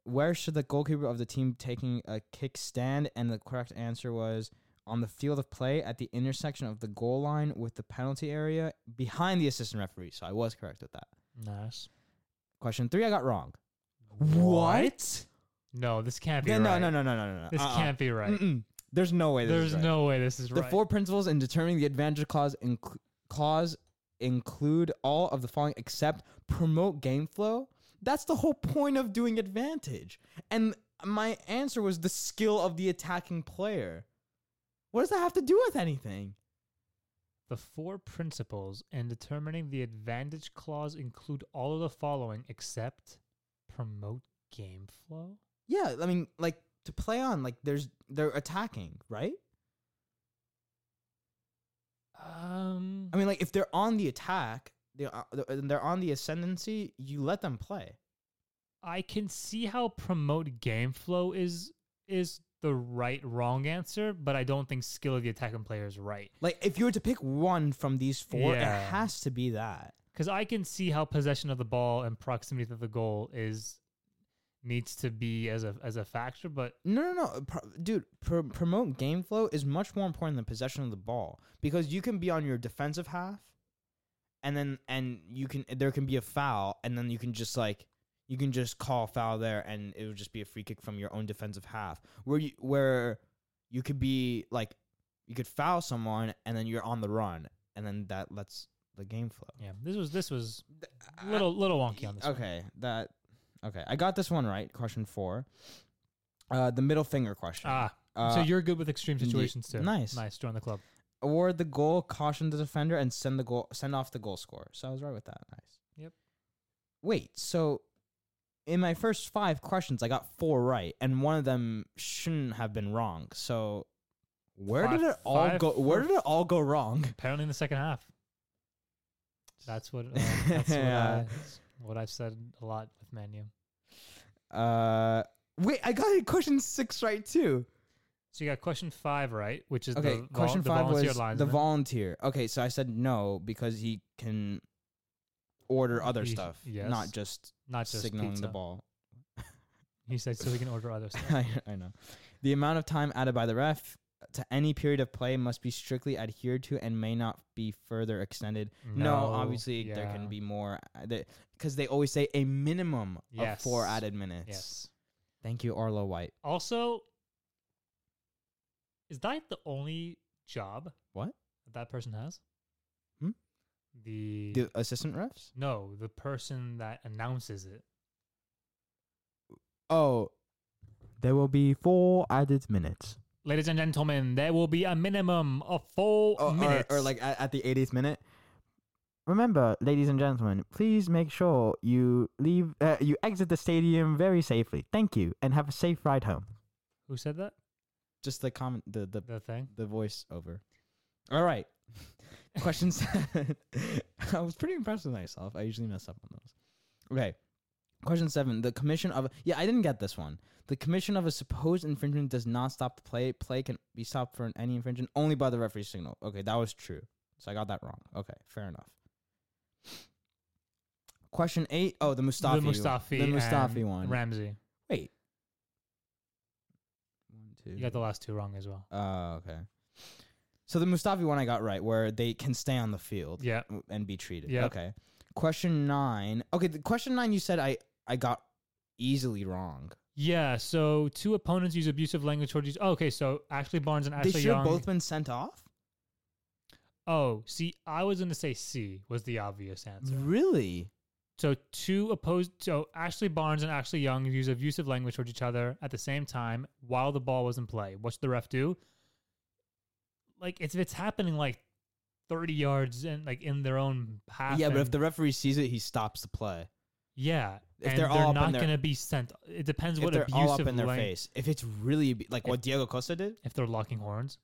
B: Where should the goalkeeper of the team taking a kick stand? And the correct answer was on the field of play at the intersection of the goal line with the penalty area behind the assistant referee. So I was correct with that.
A: Nice.
B: Question three, I got wrong.
A: No, this can't be
B: Yeah,
A: right.
B: No, no, no, no, no, no, no.
A: This
B: Uh-uh.
A: can't be right.
B: Mm-mm. There's no way. This is
A: There's
B: right.
A: no way this is
B: The
A: right.
B: four principles in determining the advantage clause, inc- clause include all of the following except promote game flow. That's the whole point of doing advantage. And my answer was the skill of the attacking player. What does that have to do with anything?
A: The four principles in determining the advantage clause include all of the following except promote game flow?
B: Yeah, I mean, like to play on, like there's they're attacking, right?
A: Um,
B: I mean, like if they're on the attack, they're uh, they're on the ascendancy. You let them play.
A: I can see how promote game flow is is the right wrong answer, but I don't think skill of the attacking player is right.
B: Like if you were to pick one from these four,
A: Yeah.
B: it has to be that.
A: Because I can see how possession of the ball and proximity to the goal is needs to be as a as a factor, but
B: No, no, no, Pro- dude. Pr- promote game flow is much more important than possession of the ball because you can be on your defensive half, and then and you can there can be a foul, and then you can just like you can just call a foul there, and it would just be a free kick from your own defensive half where you where you could be like you could foul someone, and then you're on the run, and then that lets the game flow.
A: yeah, this was this was
B: I-
A: little little wonky on this. one.
B: uh, Okay, that okay. I got this one right. Question four, uh, the middle finger question.
A: Ah,
B: Uh,
A: so you're good with extreme
B: ye-
A: situations too.
B: nice.
A: nice. Join the club.
B: award the goal, caution the defender, and send the goal, send off the goal scorer. So I was right with that. Nice.
A: Yep.
B: Wait. So in my first five questions, I got four right, and one of them shouldn't have been wrong. So where
A: Five-
B: did it all
A: five
B: go? Where
A: for-
B: did it all go wrong?
A: Apparently in the second half. That's what uh, that's what, I,
B: Yeah.
A: what I've said a lot with Manu.
B: Uh, wait. I got question six right too.
A: So you got question five right, which is
B: Okay,
A: the, vol-
B: question
A: the
B: five
A: volunteer
B: was
A: linesman.
B: the volunteer. Okay, so I said no because he can order other
A: He-
B: stuff,
A: yes.
B: not just
A: not just
B: signaling
A: pizza.
B: the ball.
A: He said so we can order other stuff.
B: I, I know. The amount of time added by the ref to any period of play must be strictly adhered to and may not be further extended. No, obviously there
A: yeah,
B: can be more because they always say a minimum of four
A: Yes.
B: added minutes.
A: Yes.
B: Thank you, Arlo White.
A: Also, is that the only job
B: What?
A: that, that person has?
B: Hmm?
A: The,
B: The assistant refs?
A: no, the person that announces it.
B: Oh, there will be four added minutes.
A: Ladies and gentlemen, there will be a minimum of four
B: Oh, or,
A: minutes.
B: or like at, at the 80th minute. Remember, ladies and gentlemen, please make sure you leave, uh, you exit the stadium very safely. Thank you, and have a safe ride home.
A: who said that?
B: Just the comment, the the
A: The thing.
B: the voice over. All right, question seven. I was pretty impressed with myself. I usually mess up on those. Okay, question seven. The commission of yeah, I didn't get this one. The commission of a supposed infringement does not stop the play. Play can be stopped for any infringement only by the referee signal. Okay, that was true. So I got that wrong. Okay, fair enough. Question eight. Oh, the Mustafi.
A: the
B: one.
A: Mustafi.
B: The Mustafi
A: and
B: one.
A: Ramsey.
B: Wait. One, two.
A: You got the last two wrong as well.
B: Oh, okay. So the Mustafi one I got right, where they can stay on the field
A: Yeah.
B: w- and be treated.
A: Yep.
B: Okay. Question nine. Okay, the question nine you said I I got easily wrong.
A: Yeah. So two opponents use abusive language towards each. Oh, okay. So Ashley Barnes and
B: they
A: Ashley
B: should
A: Young.
B: have both been sent off.
A: oh, see, I was going to say C was the obvious answer.
B: Really?
A: So two opposed. So Ashley Barnes and Ashley Young use abusive language towards each other at the same time while the ball was in play. What's the ref do? Like it's if it's happening like thirty yards and like in their own half.
B: yeah, but if
A: and-
B: the referee sees it, he stops the play.
A: yeah,
B: if
A: and
B: they're
A: they're,
B: all up in
A: not
B: their-
A: going to be sent. It depends
B: If
A: what
B: they're all up
A: abusive
B: in their
A: lang-
B: face, if it's really ab- like
A: If-
B: what Diego Costa did.
A: If they're locking horns.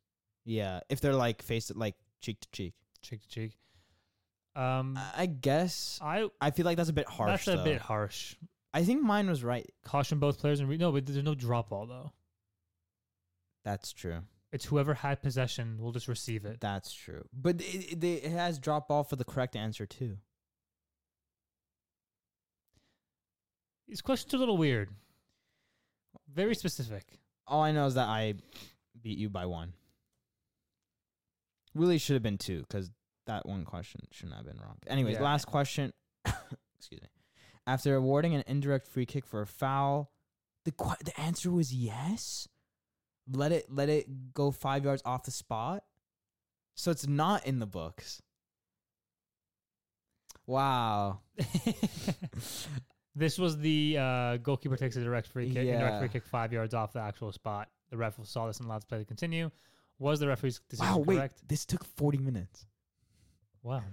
B: Yeah, if they're like face to like cheek to cheek.
A: cheek to cheek. Um,
B: I I guess
A: I
B: I feel like that's a bit Uh, harsh.
A: that's a
B: though.
A: bit harsh.
B: I think mine was right.
A: Caution both players and re- no, but there's no drop ball though.
B: That's true.
A: It's whoever had possession will just receive it.
B: That's true. But it, it, it has drop ball for the correct answer too.
A: These questions are a little weird, very specific.
B: All I know is that I beat you by one. Really should have been two because that one question shouldn't have been wrong. Anyways,
A: Yeah.
B: last question. Excuse me. After awarding an indirect free kick for a foul, The qu- the answer was yes. Let it let it go five yards off the spot. So it's not in the books. Wow.
A: this was the uh, goalkeeper takes a direct free kick, indirect
B: Yeah.
A: free kick five yards off the actual spot. The ref saw this and allowed the play to continue. Was the referee's decision
B: Wow. Wait.
A: correct?
B: This took forty minutes.
A: Wow.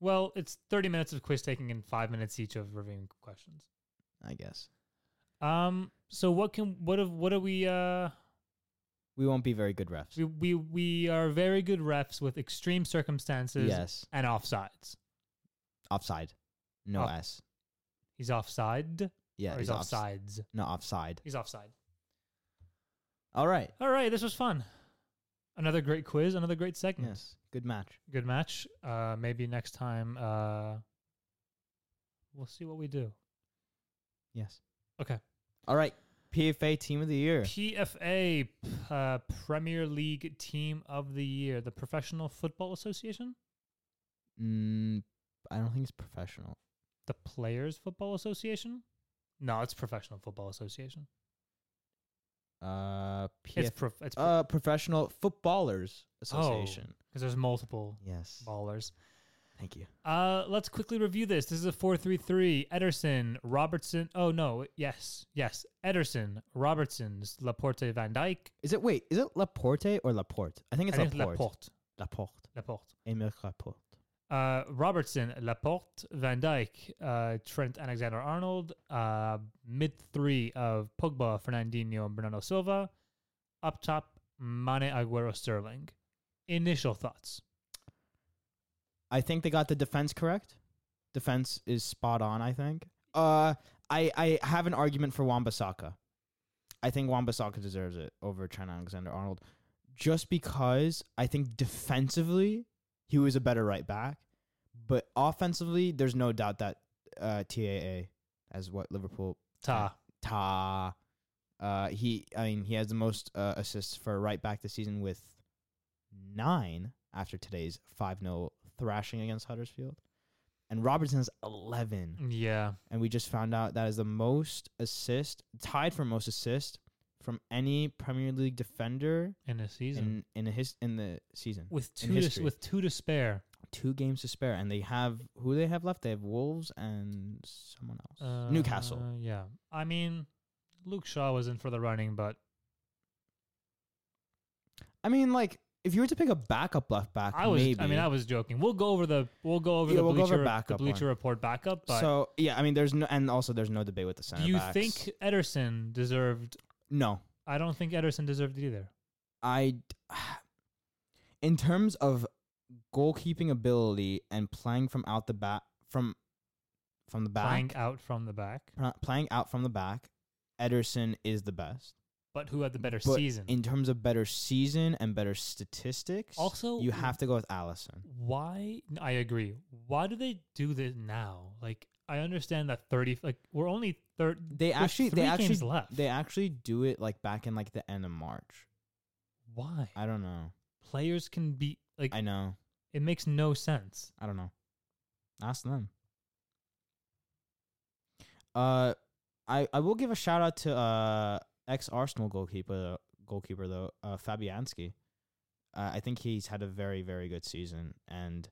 A: Well, it's 30 minutes of quiz taking and five minutes each of reviewing questions.
B: I guess
A: Um. So what can what have what are we? Uh,
B: we won't be very good refs.
A: we we we are very good refs with extreme circumstances
B: Yes.
A: and offsides.
B: Offside. No
A: Off-
B: s.
A: He's offside.
B: Yeah.
A: or Oh. he's
B: it's offs-
A: offsides.
B: No offside.
A: He's offside.
B: All right.
A: All right, this was fun. Another great quiz. Another great segment.
B: Yes. Good match.
A: Good match. Uh, maybe next time. Uh, we'll see what we do.
B: Yes.
A: Okay.
B: All right. PFA Team of the Year.
A: PFA, p- uh, Premier League Team of the Year, the Professional Football Association,
B: Mm, I don't think it's professional.
A: the Players Football Association. No, it's Professional Football Association.
B: Uh,
A: It's
B: PF-
A: prof- it's because
B: uh, Professional Footballers Association.
A: there's multiple
B: Yes.
A: ballers.
B: Thank you.
A: Uh, let's quickly review this. This is a four-three-three. Ederson, Robertson. Oh no, yes, yes. Ederson, Robertson's, Laporte, Van Dyke.
B: Is it wait? Is it Laporte or Laporte? I think it's
A: I think it's
B: Laporte.
A: Laporte.
B: Laporte.
A: Laporte.
B: Emile Laporte.
A: Uh, Robertson, Laporte, Van Dyke, uh, Trent Alexander Arnold, uh, mid three of Pogba, Fernandinho, and Bernardo Silva. Up top, Mane, Aguero, Sterling. Initial thoughts.
B: I think they got the defense correct. Defense is spot on. I think. Uh, I I have an argument for Wambasaka. I think Wambasaka deserves it over Trent Alexander Arnold, just because I think defensively he was a better right back, but offensively there's no doubt that uh, TAA, as what Liverpool
A: Ta.
B: Ta. Uh, he, I mean, he has the most uh, assists for a right back this season with nine after today's 5 0 thrashing against Huddersfield. And Robertson has
A: Mm.
B: 11.
A: Yeah.
B: And we just found out that is the most assist, tied for most assist from any Premier League defender
A: In a season.
B: in in his in the season.
A: with
B: in
A: two to,
B: history.
A: with two to spare.
B: Two games to spare, and they have who they have left. They have Wolves and someone else.
A: Uh,
B: Newcastle.
A: Yeah. I mean, Luke Shaw was in for the running, but
B: I mean, like if you were to pick a backup left back,
A: I was.
B: Maybe.
A: I mean, I was joking. We'll go over the. We'll go over
B: Yeah,
A: the
B: we'll go
A: bleacher.
B: over
A: the
B: backup
A: bleacher
B: one.
A: report backup. But
B: so yeah, I mean, there's no, and also there's no debate with the center.
A: do you
B: backs.
A: think Ederson deserved?
B: No,
A: I don't think Ederson deserved it either.
B: I. In terms of goalkeeping ability and playing from out the back, from from the back,
A: Playing out from the back,
B: pl- playing out from the back, Ederson is the best.
A: but who had the better
B: But
A: season?
B: In terms of better season and better statistics,
A: Also- mm.
B: you have to go with Allison.
A: Why? I agree. Why do they do this now? Like, I understand that thirty. Like, we're only third.
B: They actually,
A: three
B: they actually,
A: games left.
B: they actually do it like back in like the end of March.
A: Why
B: I don't know.
A: players can be like?
B: I know.
A: it makes no sense.
B: I don't know. Ask them. Uh, I I will give a shout out to uh ex Arsenal goalkeeper goalkeeper though uh Fabianski. Uh, I think he's had a very very good season, and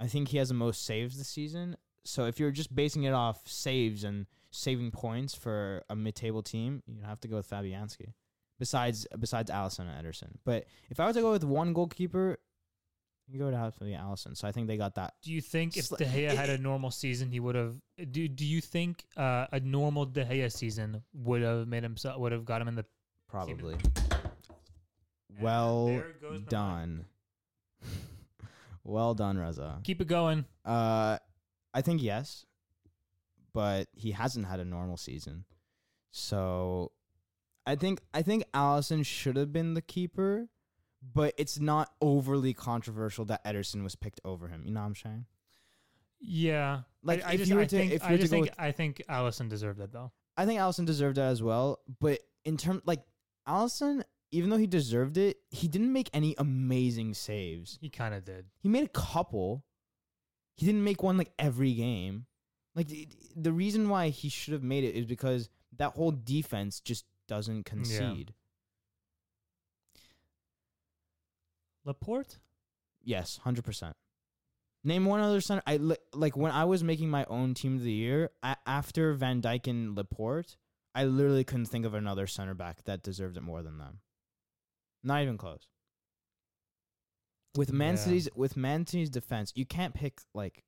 B: I think he has the most saves this season. So if you're just basing it off saves and saving points for a mid table team, you have to go with Fabianski. Besides besides Allison and Ederson, but if I were to go with one goalkeeper, you go to the Allison. So I think they got that
A: Do you think if
B: Sli-
A: De Gea had a
B: it-
A: normal season, he would have? Do Do you think uh, a normal De Gea season would have made himself would have got him in the?
B: Probably.
A: And
B: Well
A: there goes my mic.
B: done. well done, Reza.
A: Keep it going.
B: Uh, I think yes, but he hasn't had a normal season, so I think I think Allison should have been the keeper, but it's not overly controversial that Ederson was picked over him. You know what I'm saying?
A: Yeah,
B: Like,
A: I, I
B: if
A: just,
B: you were
A: I
B: to-
A: think,
B: if you
A: I
B: were to
A: just
B: go
A: think
B: with-
A: I think Allison deserved it though.
B: I think Allison deserved that as well. But in terms, like Allison, even though he deserved it, he didn't make any amazing saves.
A: He kind of did.
B: He made a couple. He didn't make one like every game. Like the, the reason why he should have made it is because that whole defense just doesn't concede.
A: Laporte?
B: Yes, hundred percent. Name one other center. I li- like when I was making my own team of the year a- after Van Dyke and Laporte. I literally couldn't think of another center back that deserved it more than them. Not even close. With Man
A: Yeah.
B: City's with Man City's defense, you can't pick like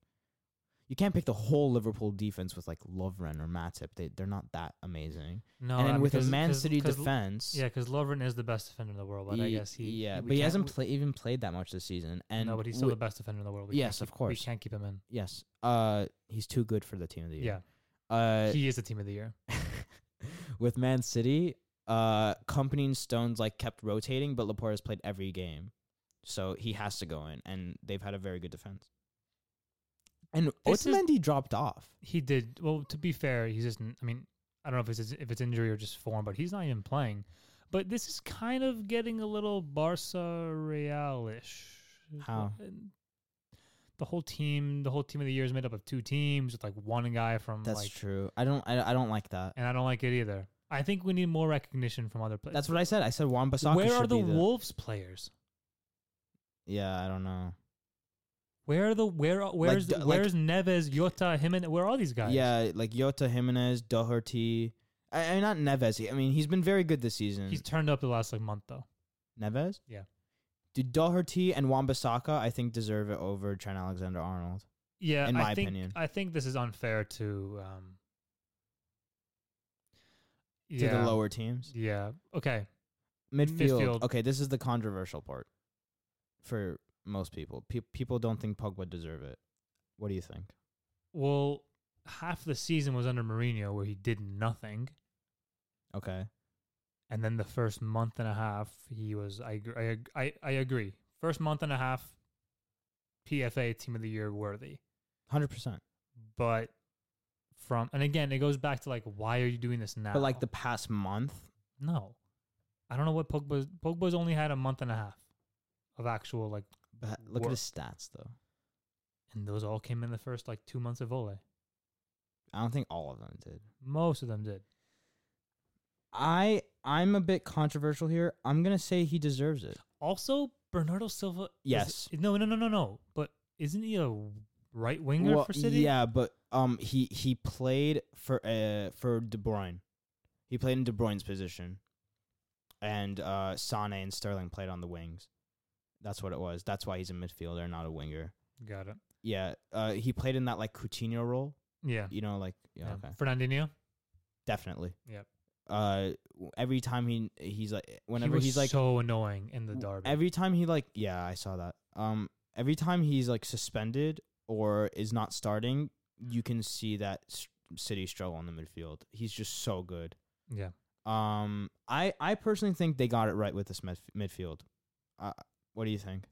B: you can't pick the whole Liverpool defense with like Lovren or Matip. They they're not that amazing.
A: No.
B: and then
A: uh,
B: with
A: because-
B: a Man
A: because-
B: City
A: because-
B: defense,
A: Yeah, because Lovren is the best defender in the world, but I guess he.
B: yeah,
A: we
B: but he
A: can't-
B: hasn't
A: we-
B: play, even played that much this season. And
A: No, but he's still
B: wi-
A: the best defender in the world. We can't
B: Yes, of
A: keep-
B: course.
A: We can't keep him in.
B: Yes. Uh, he's too good for the team of the
A: Yeah.
B: year. Yeah. Uh,
A: he is the team of the year.
B: with Man City, uh, Company and Stones like kept rotating, but Laporte has played every game, so he has to go in, and they've had a very good defense. And
A: This is-
B: Otamendi dropped off.
A: He did well. To be fair, he's just. n- I mean, I don't know if it's if it's injury or just form, but he's not even playing. But this is kind of getting a little Barca Real-ish.
B: How?
A: And The whole team, the whole team of the year is made up of two teams with like one guy from
B: That's
A: like,
B: true. I don't. I, I don't like that.
A: and I don't like it either. I think we need more recognition from other players.
B: That's what I said. I said Juan Basaka
A: Where
B: should
A: are the
B: be the.
A: Wolves players?
B: yeah, I don't know.
A: Where are the where are- where's
B: d- like-
A: where's Neves, Yota, him, and where are these guys?
B: Yeah, like Yota Jimenez, Doherty. I, I mean, not Neves. he- I mean, he's been very good this season.
A: he's turned up the last like month though.
B: Neves?
A: Yeah.
B: Do Doherty and Wambasaka, I think, deserve it over Trent Alexander Arnold.
A: Yeah,
B: In
A: I
B: my
A: think,
B: opinion.
A: I think this is unfair to um.
B: To the lower teams.
A: Yeah. Okay.
B: Midfield.
A: Midfield.
B: Okay, this is the controversial part for most people. Pe- people don't think Pogba deserve it. What do you think?
A: Well, half the season was under Mourinho where he did nothing,
B: Okay.
A: and then the first month and a half he was. I agr- I ag- I, I agree. First month and a half, PFA Team of the Year worthy.
B: 100%.
A: but from and again it goes back to like why are you doing this now
B: But like the past month,
A: no i don't know what pogba's pogba's only had a month and a half of actual like
B: but look
A: Wor-
B: at his stats, though.
A: and those all came in the first like two months of Ole.
B: I don't think all of them did.
A: most of them did
B: I I'm a bit controversial here. I'm gonna say he deserves it.
A: also bernardo silva is-
B: Yes.
A: no no no no no but isn't he a right winger
B: Well,
A: for city
B: Yeah, but um, he he played for uh for De Bruyne. He played in De Bruyne's position, and uh, Sane and Sterling played on the wings. That's what it was. That's why he's a midfielder, not a winger.
A: got it
B: Yeah, uh, he played in that like Coutinho role.
A: yeah,
B: You know, like yeah,
A: yeah.
B: okay,
A: fernandinho
B: definitely.
A: Yep.
B: Uh, w- every time he he's like whenever
A: he was
B: he's like
A: so annoying in the
B: w-
A: derby
B: Every time he like yeah, I saw that. Um every time he's like suspended or is not starting, you can see that s- City struggle in the midfield. He's just so good.
A: yeah
B: Um I I personally think they got it right with this midf- midfield. Uh, what do you think?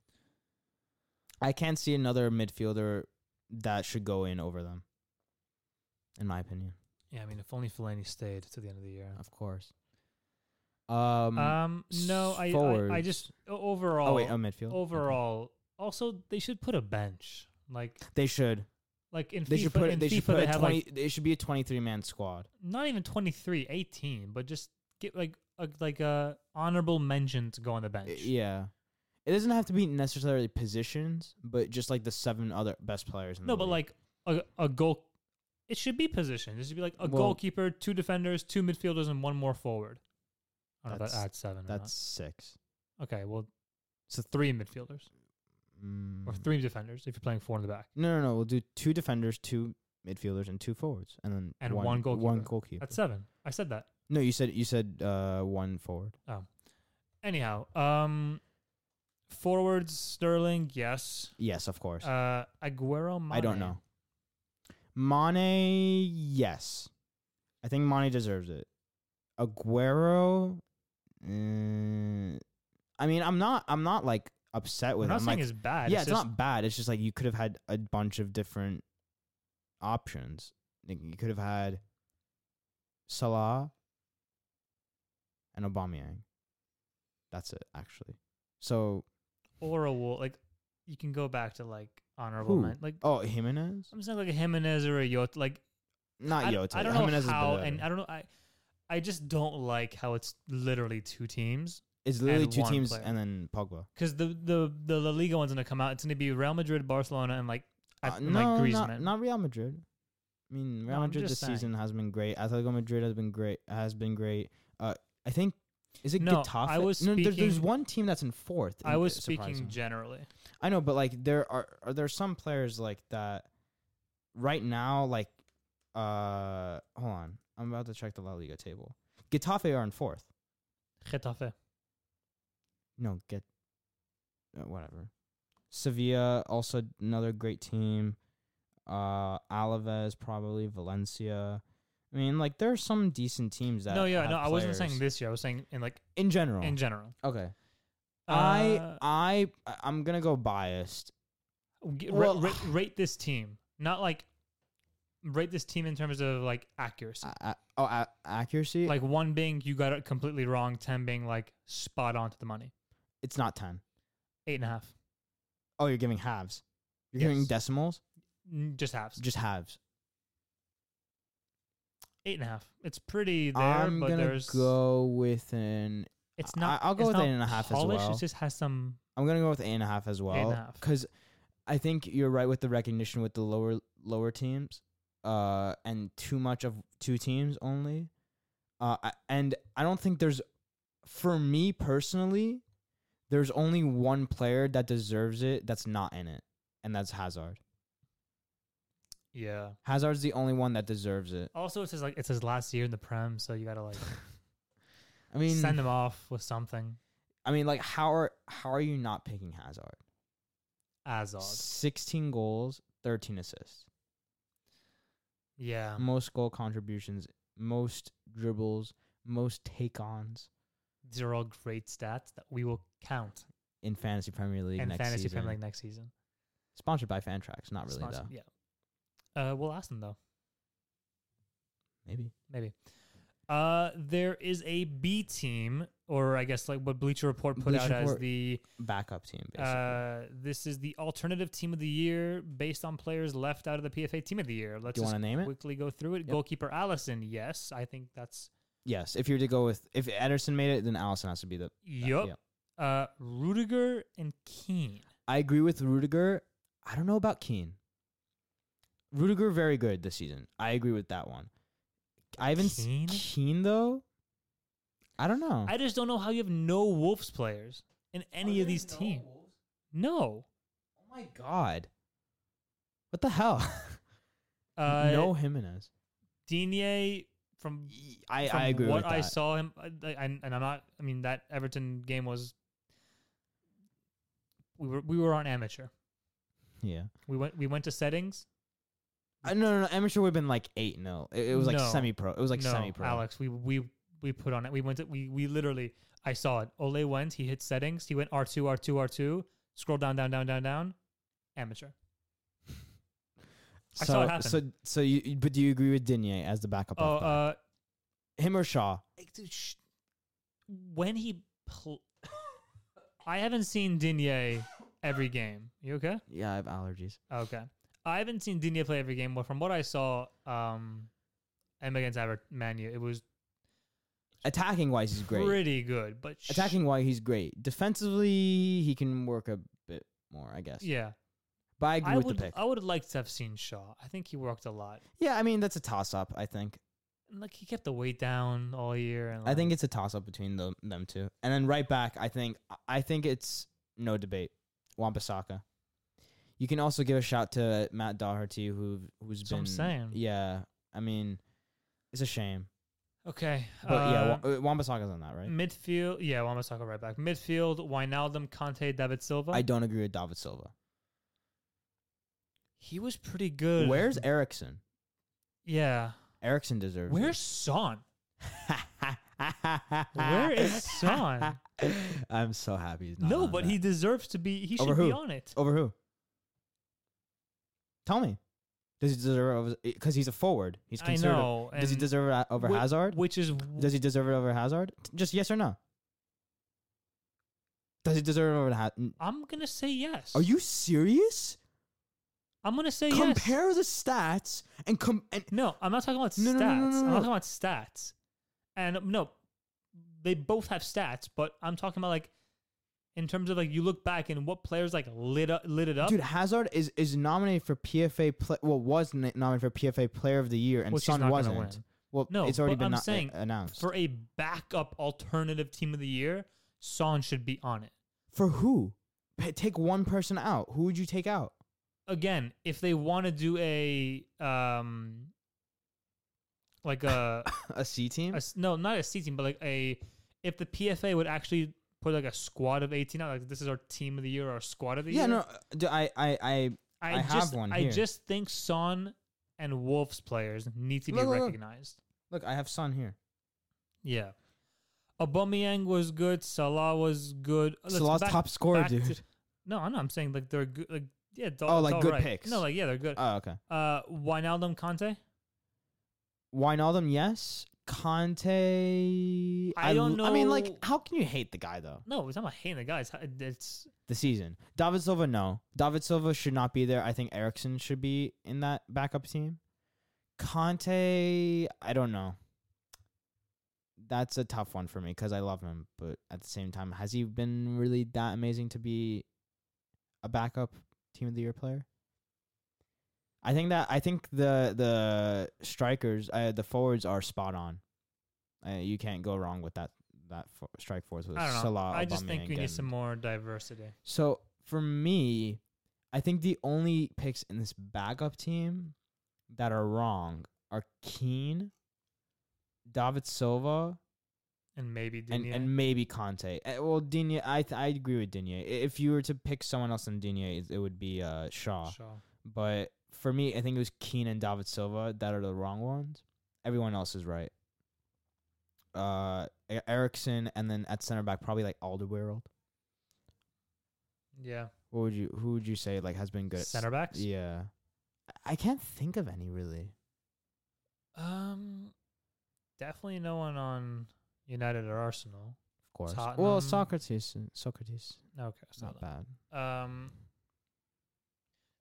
B: I can't see another midfielder that should go in over them. In my opinion,
A: yeah i mean if only Fellaini stayed to the end of the year
B: of course. Um,
A: um no I, I i
B: forwards.
A: just o- overall
B: oh wait, a midfield. Okay.
A: overall. Also, they should put a bench like
B: they should.
A: like in
B: They
A: FIFA.
B: should put.
A: in
B: they
A: FIFA,
B: should put.
A: they
B: a
A: have
B: 20,
A: like
B: it should be a twenty-three man squad.
A: not even 23, 18, but just get like a, like a honorable mention to go on the
B: I-
A: bench.
B: Yeah, it doesn't have to be necessarily positions, but just like the seven other best players. In
A: No,
B: the
A: but
B: league.
A: like a a goal. It should be positioned. It should be like a
B: Well-
A: goalkeeper, two defenders, two midfielders, and one more forward. I don't know if that
B: That's-
A: adds seven.
B: that's
A: That's
B: six.
A: okay. Well, so three midfielders
B: Mm.
A: or three defenders if you're playing four in the back.
B: No, no, no. We'll do two defenders, two midfielders, and two forwards, and then
A: And one
B: one One
A: goalkeeper.
B: goalkeeper.
A: That's seven. I said that.
B: no, you said you said uh one forward.
A: Anyhow, um, forwards Sterling, yes.
B: Yes, of course.
A: Uh, Aguero. Mane.
B: I don't know. Mane, yes, I think Mane deserves it. Aguero, mm, I mean, I'm not, I'm not like upset
A: I'm
B: with
A: not
B: him.
A: saying
B: Like,
A: it's bad.
B: yeah, it's,
A: just-
B: not bad. It's just like you could have had a bunch of different options. Like, you could have had Salah and Aubameyang. That's it, actually. So,
A: or a wall. Like you can go back to like honorable
B: Who?
A: men. Like
B: oh, Jimenez,
A: I'm saying like a Jimenez or a Yot. Like
B: not
A: I,
B: Yota.
A: I don't know
B: Jimenez
A: how,
B: is better.
A: and I don't know. I I just don't like how it's literally two teams
B: It's literally
A: And
B: two
A: one
B: teams
A: player.
B: and then Pogba.
A: because the, the the La Liga one's gonna come out. It's gonna be Real Madrid, Barcelona, and like I
B: Uh,
A: and,
B: no,
A: like
B: not,
A: Griezmann.
B: not Real Madrid. I mean, Real
A: No, I'm
B: Madrid this
A: just saying.
B: season has been great. Atletico Madrid has been great. Has been great. Uh, I think is it
A: No,
B: Getafe?
A: I was
B: no, there- there's
A: speaking-
B: one team that's in fourth.
A: I
B: and
A: was
B: it's
A: speaking
B: surprising.
A: generally.
B: I know, but like there are are there some players like that right now? Like, uh, hold on, I'm about to check the La Liga table. Getafe are in fourth.
A: Getafe.
B: No, get uh, whatever. Sevilla also another great team. Uh, Alaves probably Valencia. I mean, like there are some decent teams that.
A: No, yeah,
B: have
A: no, I wasn't saying
B: players.
A: this year. I was saying in like
B: in general.
A: in general.
B: okay,
A: Uh,
B: I I I- I'm gonna go biased.
A: G- ra-
B: Well-
A: ra- rate this team, not like rate this team in terms of like accuracy.
B: I, I, oh, a- accuracy.
A: like one being you got it completely wrong, ten being like spot on to the money.
B: it's not ten.
A: Eight and a half,
B: Oh, you're giving halves. You're giving
A: Yes.
B: decimals.
A: N- just halves.
B: Just halves.
A: Eight and a half. It's pretty there,
B: I'm
A: but
B: gonna
A: there's
B: go with an.
A: it's
B: I-
A: not.
B: I'll go
A: it's
B: with
A: not
B: eight and a half as
A: polished,
B: well.
A: It just has some.
B: I'm gonna go with eight and a half as
A: and a
B: well
A: half.
B: because I think you're right with the recognition with the lower lower teams, uh, and too much of two teams only, uh, I- and I don't think there's, for me personally, there's only one player that deserves it that's not in it, and that's Hazard.
A: Yeah.
B: Hazard's the only one that deserves it.
A: Also, it says like it says last year in the prem, so you gotta like
B: I mean,
A: send them off with something.
B: I mean, like how are how are you not picking Hazard?
A: Azog.
B: Sixteen goals, thirteen assists.
A: Yeah.
B: most goal contributions, most dribbles, most take ons
A: These are all great stats that we will count
B: in Fantasy Premier League
A: in
B: next
A: fantasy
B: season.
A: Premier League next season.
B: Sponsored by Fantrax, not really
A: Sponsor-
B: though.
A: Yeah. Uh, we'll ask them though.
B: Maybe.
A: Maybe. Uh, there is a B team, or I guess like what Bleacher Report put out
B: Bleacher
A: as
B: Report,
A: the
B: Backup team basically.
A: uh, this is the alternative team of the year based on players left out of the PFA team of the year. Let's
B: Do you
A: just
B: want to name it?
A: quickly go through it.
B: Yep.
A: Goalkeeper Allison, yes, I think that's
B: Yes. If you were to go with if Ederson made it, then Allison has to be the
A: yup.
B: yeah.
A: Uh, Rudiger and Keane.
B: I agree with Rudiger. I don't know about Keane. Rudiger very good this season. I agree with that one. I haven't
A: Keane?
B: Keane, Keane though. I don't know.
A: I just don't know how you have no Wolves players in any of these teams. No.
B: Oh my god. What the hell?
A: Uh,
B: no Jimenez.
A: Digne from
B: I,
A: from
B: I agree
A: what
B: with that.
A: I saw him, I, I, and I'm not. I mean, that Everton game was. We were we were on amateur.
B: Yeah.
A: We went we went to settings.
B: Uh, no, no, no. Amateur would have been like 8 0. It, it was like
A: No.
B: semi pro. It was like
A: no,
B: semi pro.
A: Alex, we we we put on it. We went to we we literally. I saw it. Ole went. He hit settings. He went R two R two R two. Scroll down down down down down. Amateur.
B: So,
A: I saw it happen.
B: So, so you, you- but do you agree with Digne as the backup?
A: Oh,
B: left back?
A: uh,
B: Him or Shaw?
A: like, dude, sh- when he. Pl- I haven't seen Digne every game. You okay?
B: Yeah, I have allergies.
A: Okay. I haven't seen Digne play every game, but from what I saw, um, and against Ever- Man U, it was
B: Attacking wise, he's great.
A: pretty good. But sh-
B: Attacking wise, he's great. Defensively, he can work a bit more, I guess.
A: yeah,
B: But I agree
A: I
B: with
A: would, uh,
B: the pick.
A: I would have liked to have seen Shaw. I think he worked a lot.
B: yeah, I mean that's a toss up. I think.
A: And, Like he kept the weight down all year, and
B: I think
A: like,
B: it's a toss up between them them two. And then right back, I think I think it's no debate. Wampasaka. You can also give a shout to Matt Doherty, who who's
A: That's
B: been
A: what I'm saying.
B: Yeah, I mean, it's a shame,
A: okay.
B: but
A: uh, mm,
B: yeah, Wa- uh, Wampasaka's on that, right?
A: midfield. Yeah, well, I'm gonna talk right back. Midfield: Wijnaldum, Conte, David Silva.
B: I don't agree with David Silva.
A: he was pretty good.
B: Where's Erickson?
A: yeah?
B: Erickson deserves.
A: Where's Son?
B: it.
A: Where is Son?
B: I'm so happy. He's not
A: No,
B: on
A: but
B: that.
A: he deserves to be. He
B: Over
A: should be
B: who? Oh,
A: on it.
B: Over who? Tell me. Does he deserve it? Because he's a forward. He's
A: I
B: considered. a-
A: know.
B: does he
A: and-
B: deserve it over
A: Whi-
B: Hazard?
A: Which is
B: does he deserve it over Hazard? T- Just yes or no. Does he deserve it over Hazard?
A: I'm gonna say yes.
B: Are you serious?
A: I'm gonna say yes.
B: Compare the stats and com and
A: No, I'm not talking about
B: No,
A: stats.
B: no, no, no, no,
A: I'm not
B: no.
A: talking about stats. And no, they both have stats, but I'm talking about like in terms of like you look back and what players like lit up, lit it up.
B: Dude, Hazard is is nominated for PFA. Play, well, was n- nominated for PFA Player of the Year, and
A: Which he's
B: Son
A: not gonna
B: wasn't.
A: win.
B: Well,
A: No,
B: it's already
A: but
B: been
A: I'm
B: no-
A: saying
B: announced. For,
A: for a backup alternative team of the year, Son should be on it.
B: who? Pa- take one person out. Who would you take out?
A: Again, if they want to do a um like a,
B: A C
A: a
B: team.
A: s- no, not a C team, but like a if the PFA would actually put like a squad of 18 out, like this is our team of the year or our squad of the
B: yeah,
A: year.
B: no. uh, Do I, I, I
A: I,
B: I
A: just,
B: have one
A: I
B: here.
A: just think Son and Wolves players need to be
B: Look, look, look.
A: recognized.
B: look. I have Son here.
A: Oh, Yeah. Aubameyang was good. Salah was good. Let's
B: Salah's
A: back-
B: top scorer,
A: back to-
B: dude.
A: no, I know. I'm saying like they're good. Like yeah, it's
B: Oh,
A: it's
B: like good
A: right.
B: picks.
A: No, like yeah, they're good.
B: Oh, okay.
A: Uh, Wijnaldum, Conte.
B: Wijnaldum, yes. Conte.
A: I don't
B: l- I mean, like,
A: know-
B: how can you hate the guy though?
A: No, it's not about hating the guys. It's
B: The season. David Silva, no. David Silva should not be there. I think Erickson should be in that backup team. Conte, I don't know. That's a tough one for me because I love him, but at the same time, has he been really that amazing to be a backup team of the year player? I think that I think the the strikers, uh, the forwards are spot on. Uh, you can't go wrong with that that fo- strike force with
A: I don't know.
B: Salah.
A: I just think
B: Aubameyang,
A: we need
B: and-
A: some more diversity.
B: so for me, I think the only picks in this backup team that are wrong are Keane, David Silva,
A: And maybe
B: and,
A: Digne.
B: and maybe Conte. Eh, Well, Digne, I th- I agree with Digne. I- If you were to pick someone else than Digne, it, it would be uh, Shaw.
A: Shaw.
B: But for me, I think it was Keane and David Silva that are the wrong ones. Everyone else is right. Uh, E- Erickson, and then at center back, probably like Alderweireld.
A: Yeah,
B: What would you? Who would you say like has been good at
A: center backs.
B: Yeah. I I can't think of any really.
A: Um, definitely no one on United or Arsenal.
B: Of course.
A: Tottenham.
B: Well, Socrates. uh, Socrates.
A: Okay, it's
B: It's not
A: not
B: bad.
A: Um,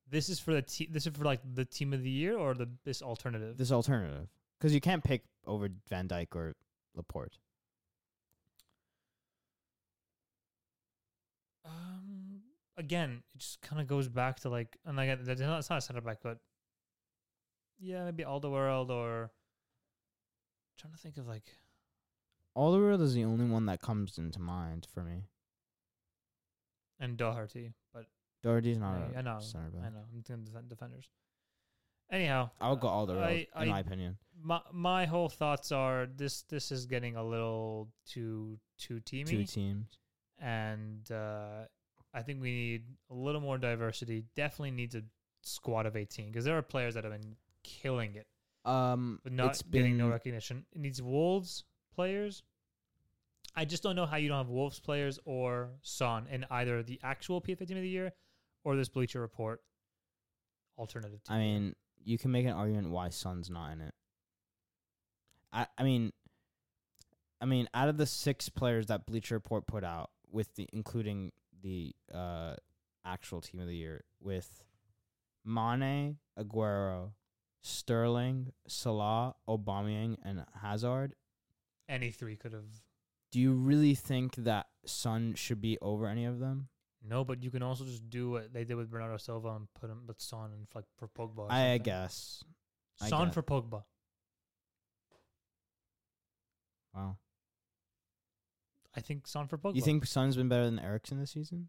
A: this is for the te- this is for like the team of the year or the this alternative.
B: This alternative. Because you can't pick over Van Dyke or Laporte.
A: Um, again, it just kind of goes back to like, and again, that's not, it's not a center back, but yeah, maybe all the world or trying to think of like
B: Alderweireld is the only one that comes into mind for me.
A: and Doherty, but
B: Doherty's not
A: Yeah,
B: a
A: I know,
B: center
A: I
B: back.
A: know I'm thinking defen- defenders. Anyhow,
B: I would go
A: uh,
B: Alderweireld,
A: I-
B: in
A: I-
B: my opinion.
A: my my whole thoughts are this this is getting a little too too teamy.
B: Two teams.
A: and uh, I think we need a little more diversity. Definitely needs a squad of 18 because there are players that have been killing it,
B: Um,
A: but not
B: it's
A: getting
B: been
A: no recognition. It needs Wolves players. I just don't know how you don't have Wolves players or Son in either the actual PFA team of the year or this Bleacher Report alternative team.
B: I
A: of the year.
B: mean, you can make an argument why Son's not in it. I I mean, I mean, out of the six players that Bleacher Report put out, with the including the uh, actual team of the year, with Mane, Aguero, Sterling, Salah, Aubameyang, and Hazard,
A: any three could have.
B: do you really think that Son should be over any of them?
A: No, but you can also just do what they did with Bernardo Silva and put him, but Son and like for Pogba. or
B: I
A: something.
B: guess. I
A: Son
B: guess.
A: for Pogba.
B: Wow.
A: I think Son for Pogba.
B: You think Son's been better than Erickson this season?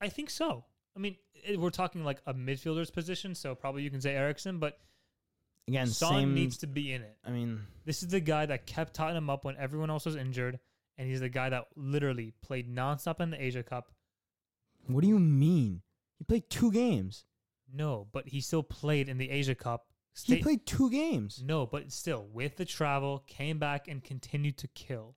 A: I think so. I mean, it, we're talking like a midfielder's position, so probably you can say Erickson, but
B: Again,
A: Son
B: same.
A: needs to be in it.
B: I mean,
A: This is the guy that kept Tottenham up when everyone else was injured, and he's the guy that literally played nonstop in the Asia Cup.
B: What do you mean? He played two games.
A: No, but he still played in the Asia Cup.
B: He
A: Stay-
B: played two games.
A: no, but still, with the travel, came back and continued to kill.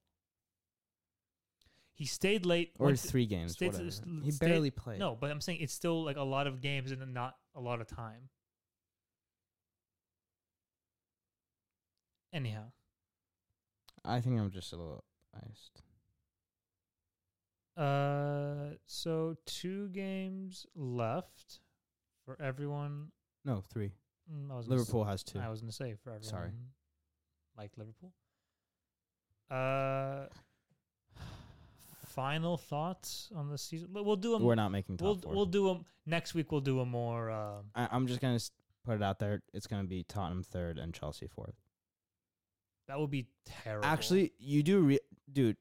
A: He stayed late.
B: Or
A: went to-
B: three games.
A: stayed-
B: whatever.
A: st-
B: he
A: stayed-
B: barely played.
A: No, but I'm saying it's still like a lot of games and not a lot of time. Anyhow,
B: I think I'm just a little iced.
A: uh, so two games left for everyone.
B: No, three.
A: Mm, I was gonna say-
B: Liverpool has two.
A: I was gonna say for everyone.
B: Sorry.
A: like Liverpool. Uh, final thoughts on the season. We'll we'll do them.
B: We're not making top
A: We'll
B: 4
A: we'll do them next week. We'll do a more. Uh,
B: I, I'm just gonna s- put it out there. It's gonna be Tottenham third and Chelsea fourth.
A: that would be terrible.
B: Actually, you do, re- dude.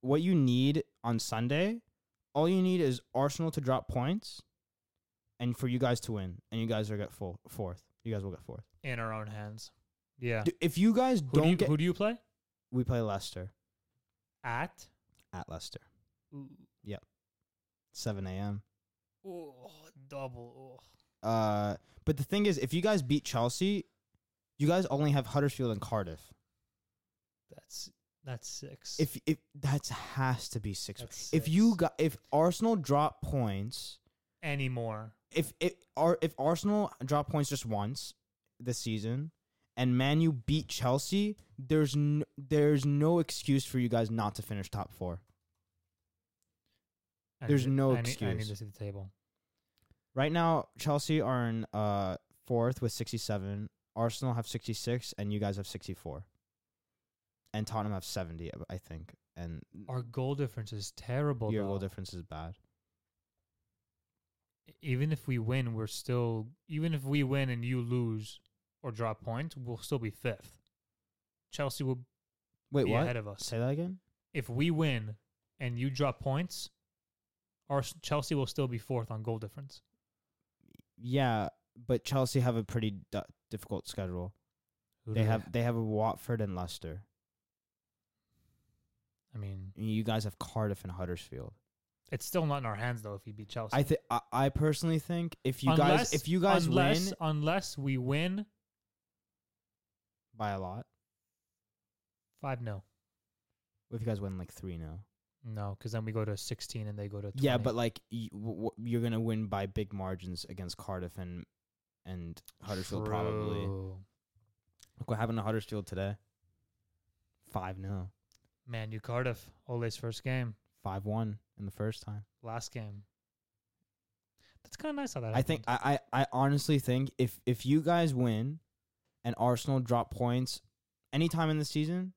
B: What you need on Sunday, all you need is Arsenal to drop points, and for you guys to win, and you guys are get full fourth. You guys will get fourth.
A: in our own hands. Yeah.
B: Dude, if you guys
A: who,
B: don't
A: do you,
B: get,
A: who do you play
B: we play Leicester
A: at?
B: at Leicester, seven a.m.
A: Oh, double. Oh.
B: Uh, but the thing is, if you guys beat Chelsea, you guys only have Huddersfield and Cardiff.
A: That's that's six.
B: If if that has to be six.
A: That's
B: If you
A: six.
B: got if Arsenal drop points,
A: anymore,
B: if if Ar- if Arsenal drop points just once this season, and Man U beat Chelsea, there's no, there's no excuse for you guys not to finish top four
A: I
B: There's
A: need to-
B: no
A: I need, I need
B: excuse.
A: to see the table.
B: right now. Chelsea are in uh fourth with sixty seven. Arsenal have sixty six, and you guys have sixty four. And Tottenham have seventy, I think. And
A: Our goal difference is terrible.
B: your
A: though.
B: goal difference is bad.
A: e, even if we win, we're still even if we win and you lose or drop points, we'll still be fifth. Chelsea will
B: Wait,
A: be
B: what?
A: ahead of us.
B: Say that again.
A: If we win and you drop points, our Chelsea will still be fourth on goal difference.
B: Yeah, but Chelsea have a pretty d- difficult schedule.
A: Who do
B: They have they have Watford and Leicester.
A: I mean,
B: You guys have Cardiff and Huddersfield.
A: it's still not in our hands though. If you beat Chelsea,
B: I think I personally think if you guys
A: Unless-
B: if you guys
A: unless,
B: win
A: unless we win
B: by a lot,
A: five, no,
B: if you guys win like three now.
A: no, because then we go to sixteen and they go to 20.
B: Yeah, but like you, w- w- you're gonna win by big margins against Cardiff and and Huddersfield probably.
A: True.
B: Look what happened to Huddersfield today. Five 0
A: Man, you Cardiff, Ole's first game,
B: five one in the first time.
A: last game. That's kind of nice how that.
B: I think
A: happened.
B: I, I I honestly think if if you guys win and Arsenal drop points anytime in the season,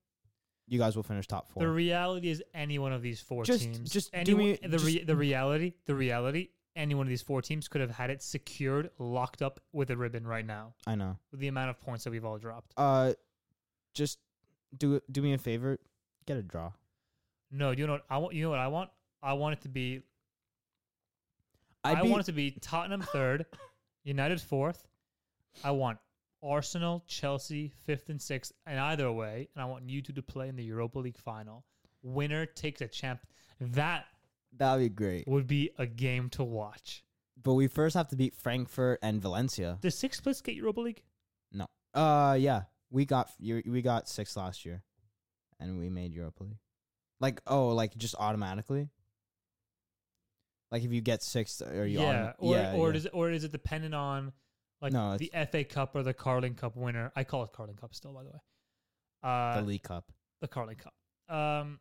B: you guys will finish top four.
A: the reality is any one of these four
B: Just-
A: teams.
B: just do
A: any one-
B: me-
A: the
B: just-
A: re, the reality, the reality. Any one of these four teams could have had it secured, locked up with a ribbon right now.
B: I know.
A: With the amount of points that we've all dropped.
B: Uh, just do do me a favor, get a draw.
A: No, you know what I want. You know what I want. I want it to be
B: I'd
A: I
B: be-
A: want it to be Tottenham third, United fourth. I want Arsenal, Chelsea fifth and sixth, and either way, and I want you two to play in the Europa League final. Winner takes a champ. That
B: that'd be great.
A: would be a game to watch.
B: But we first have to beat Frankfurt and Valencia.
A: Does sixth place get Europa League?
B: Uh, yeah, we got you- we got six last year, and we made Europa League. Like oh, like just automatically. Like if you get sixth, or you
A: yeah,
B: automa-
A: or
B: yeah,
A: or
B: yeah.
A: is it, or is it dependent on like
B: No,
A: the FA Cup or the Carling Cup winner? I call it Carling Cup still, by the way. Uh,
B: the League Cup.
A: the Carling Cup. Um,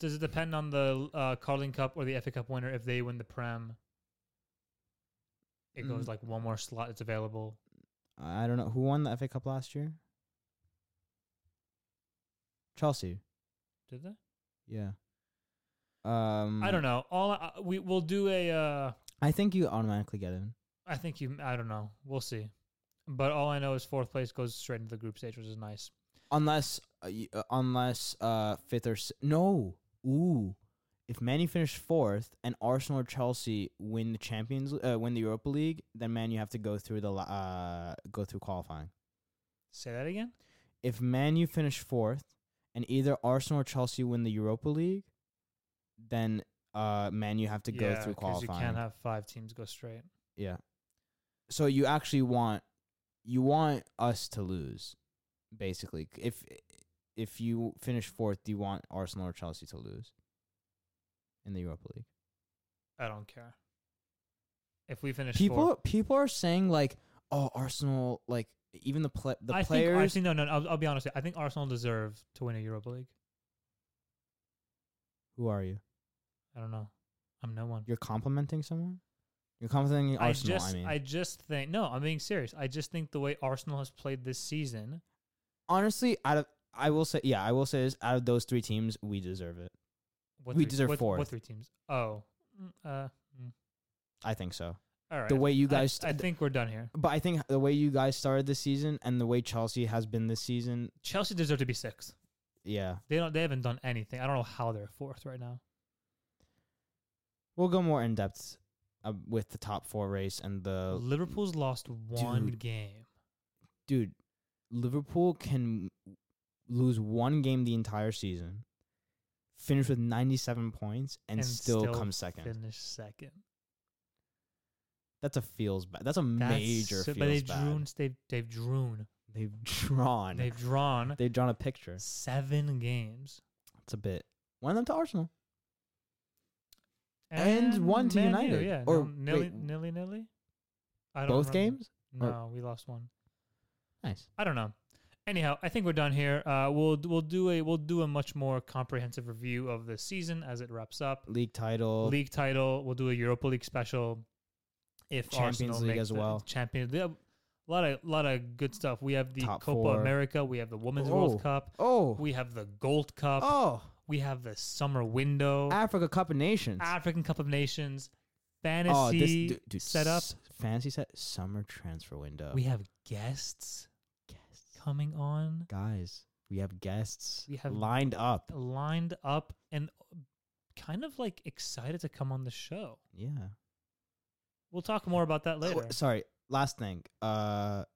A: does it depend on the uh, Carling Cup or the FA Cup winner if they win the Prem? It goes
B: Mm.
A: like one more slot that's available.
B: I don't know who won the FA Cup last year. Chelsea.
A: Did they?
B: Yeah. Um,
A: I don't know. All I, we we'll do a. Uh,
B: I think you automatically get in.
A: I think you. I don't know. We'll see. But all I know is fourth place goes straight into the group stage, which is nice.
B: unless uh, y- uh, unless uh fifth or s- no ooh if Manu finish fourth and Arsenal or Chelsea win the Champions Lea- uh, win the Europa League then Man you have to go through the la- uh go through qualifying
A: Say that again.
B: if Man you finish fourth and either Arsenal or Chelsea win the Europa League then uh Man you have to go through
A: 'cause
B: qualifying
A: You can't have five teams go straight.
B: yeah so you actually want you want us to lose basically if if you finish fourth you want arsenal or chelsea to lose in the europa league
A: I don't care. If we finish
B: people
A: fourth,
B: people are saying like oh arsenal like even the pla- the
A: I think
B: players
A: Arsenal. No, no. I'll, I'll be honest. with you. I think Arsenal deserve to win a Europa League.
B: who are you
A: I don't know. I'm no one.
B: you're complimenting someone you're complimenting
A: I
B: arsenal
A: just,
B: i mean
A: just think no. I'm being serious. I just think the way Arsenal has played this season,
B: honestly out of I will say, yeah, I will say this: out of those three teams, we deserve it.
A: What
B: We
A: three,
B: deserve
A: what, What
B: fourth.
A: three teams? Oh, Mm, uh, mm.
B: I think so.
A: all right.
B: The way you
A: I-
B: guys,
A: I, think we're done here.
B: but I think the way you guys started this season and the way Chelsea has been this season,
A: Chelsea deserve to be sixth.
B: yeah,
A: They don't. They haven't done anything. I don't know how they're fourth right now.
B: we'll go more in depth uh, with the top four race and the
A: Liverpool's lost one game.
B: dude, Liverpool can lose one game the entire season, finish with 97 points, and,
A: And
B: still,
A: still
B: come second.
A: Finish second.
B: That's a feels bad. That's a
A: That's
B: major
A: so-
B: feels
A: But they've
B: bad.
A: drawn. They've they've drawn.
B: they've drawn. They've,
A: They've drawn
B: drawn a picture.
A: seven games
B: It's a bit. One of them to Arsenal. And one to
A: Man U,
B: United.
A: Yeah.
B: Or,
A: Or nilly
B: wait.
A: nilly nilly. I don't
B: Both
A: remember.
B: games? Or-
A: No, we lost one.
B: Nice.
A: I don't know. Anyhow, I think we're done here. Uh, we'll we'll do a we'll do a much more comprehensive review of the season as it wraps up.
B: League title.
A: League title. We'll do a Europa League special. If
B: Champions
A: Arsenal
B: League
A: make
B: as
A: the
B: well.
A: Champions. League. A lot of lot of good stuff. We have the
B: Top
A: Copa
B: four.
A: America. We have the Women's
B: Oh.
A: World Cup.
B: Oh.
A: We have the Gold Cup.
B: oh.
A: We have the Summer Window.
B: Africa Cup of Nations.
A: African Cup of Nations. Fantasy
B: oh, this dude, dude,
A: set up.
B: s- fantasy set summer transfer window.
A: We have guests
B: guests.
A: coming on,
B: Guys, we have guests.
A: We have- Oh.
B: lined up.
A: lined up, and kind of like excited to come on the show.
B: Yeah.
A: We'll talk more about that
B: Oh,
A: later.
B: sorry, last thing. Uh,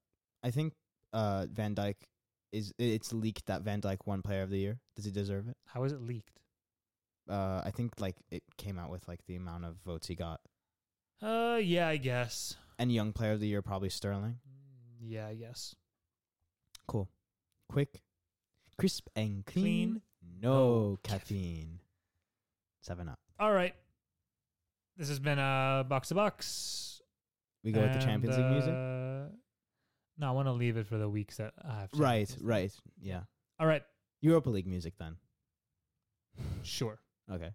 B: I think uh Van Dyke is it's leaked that Van Dyke won Player of the Year. Does he deserve it?
A: How is it leaked?
B: Uh, I think like it came out with like the amount of votes he got,
A: Uh, yeah, I guess.
B: and Young Player of the Year probably Sterling.
A: Mm, Yeah, I guess.
B: Cool, quick, crisp and clean.
A: Clean.
B: No,
A: No
B: caffeine. Seven up.
A: All right. This has been uh, box to box.
B: We go with the
A: And,
B: Champions League music.
A: uh, No, I want to leave it for the weeks that I have.
B: Right,
A: Champions League.
B: right. Yeah,
A: All right.
B: Europa League music then.
A: Sure.
B: Okay.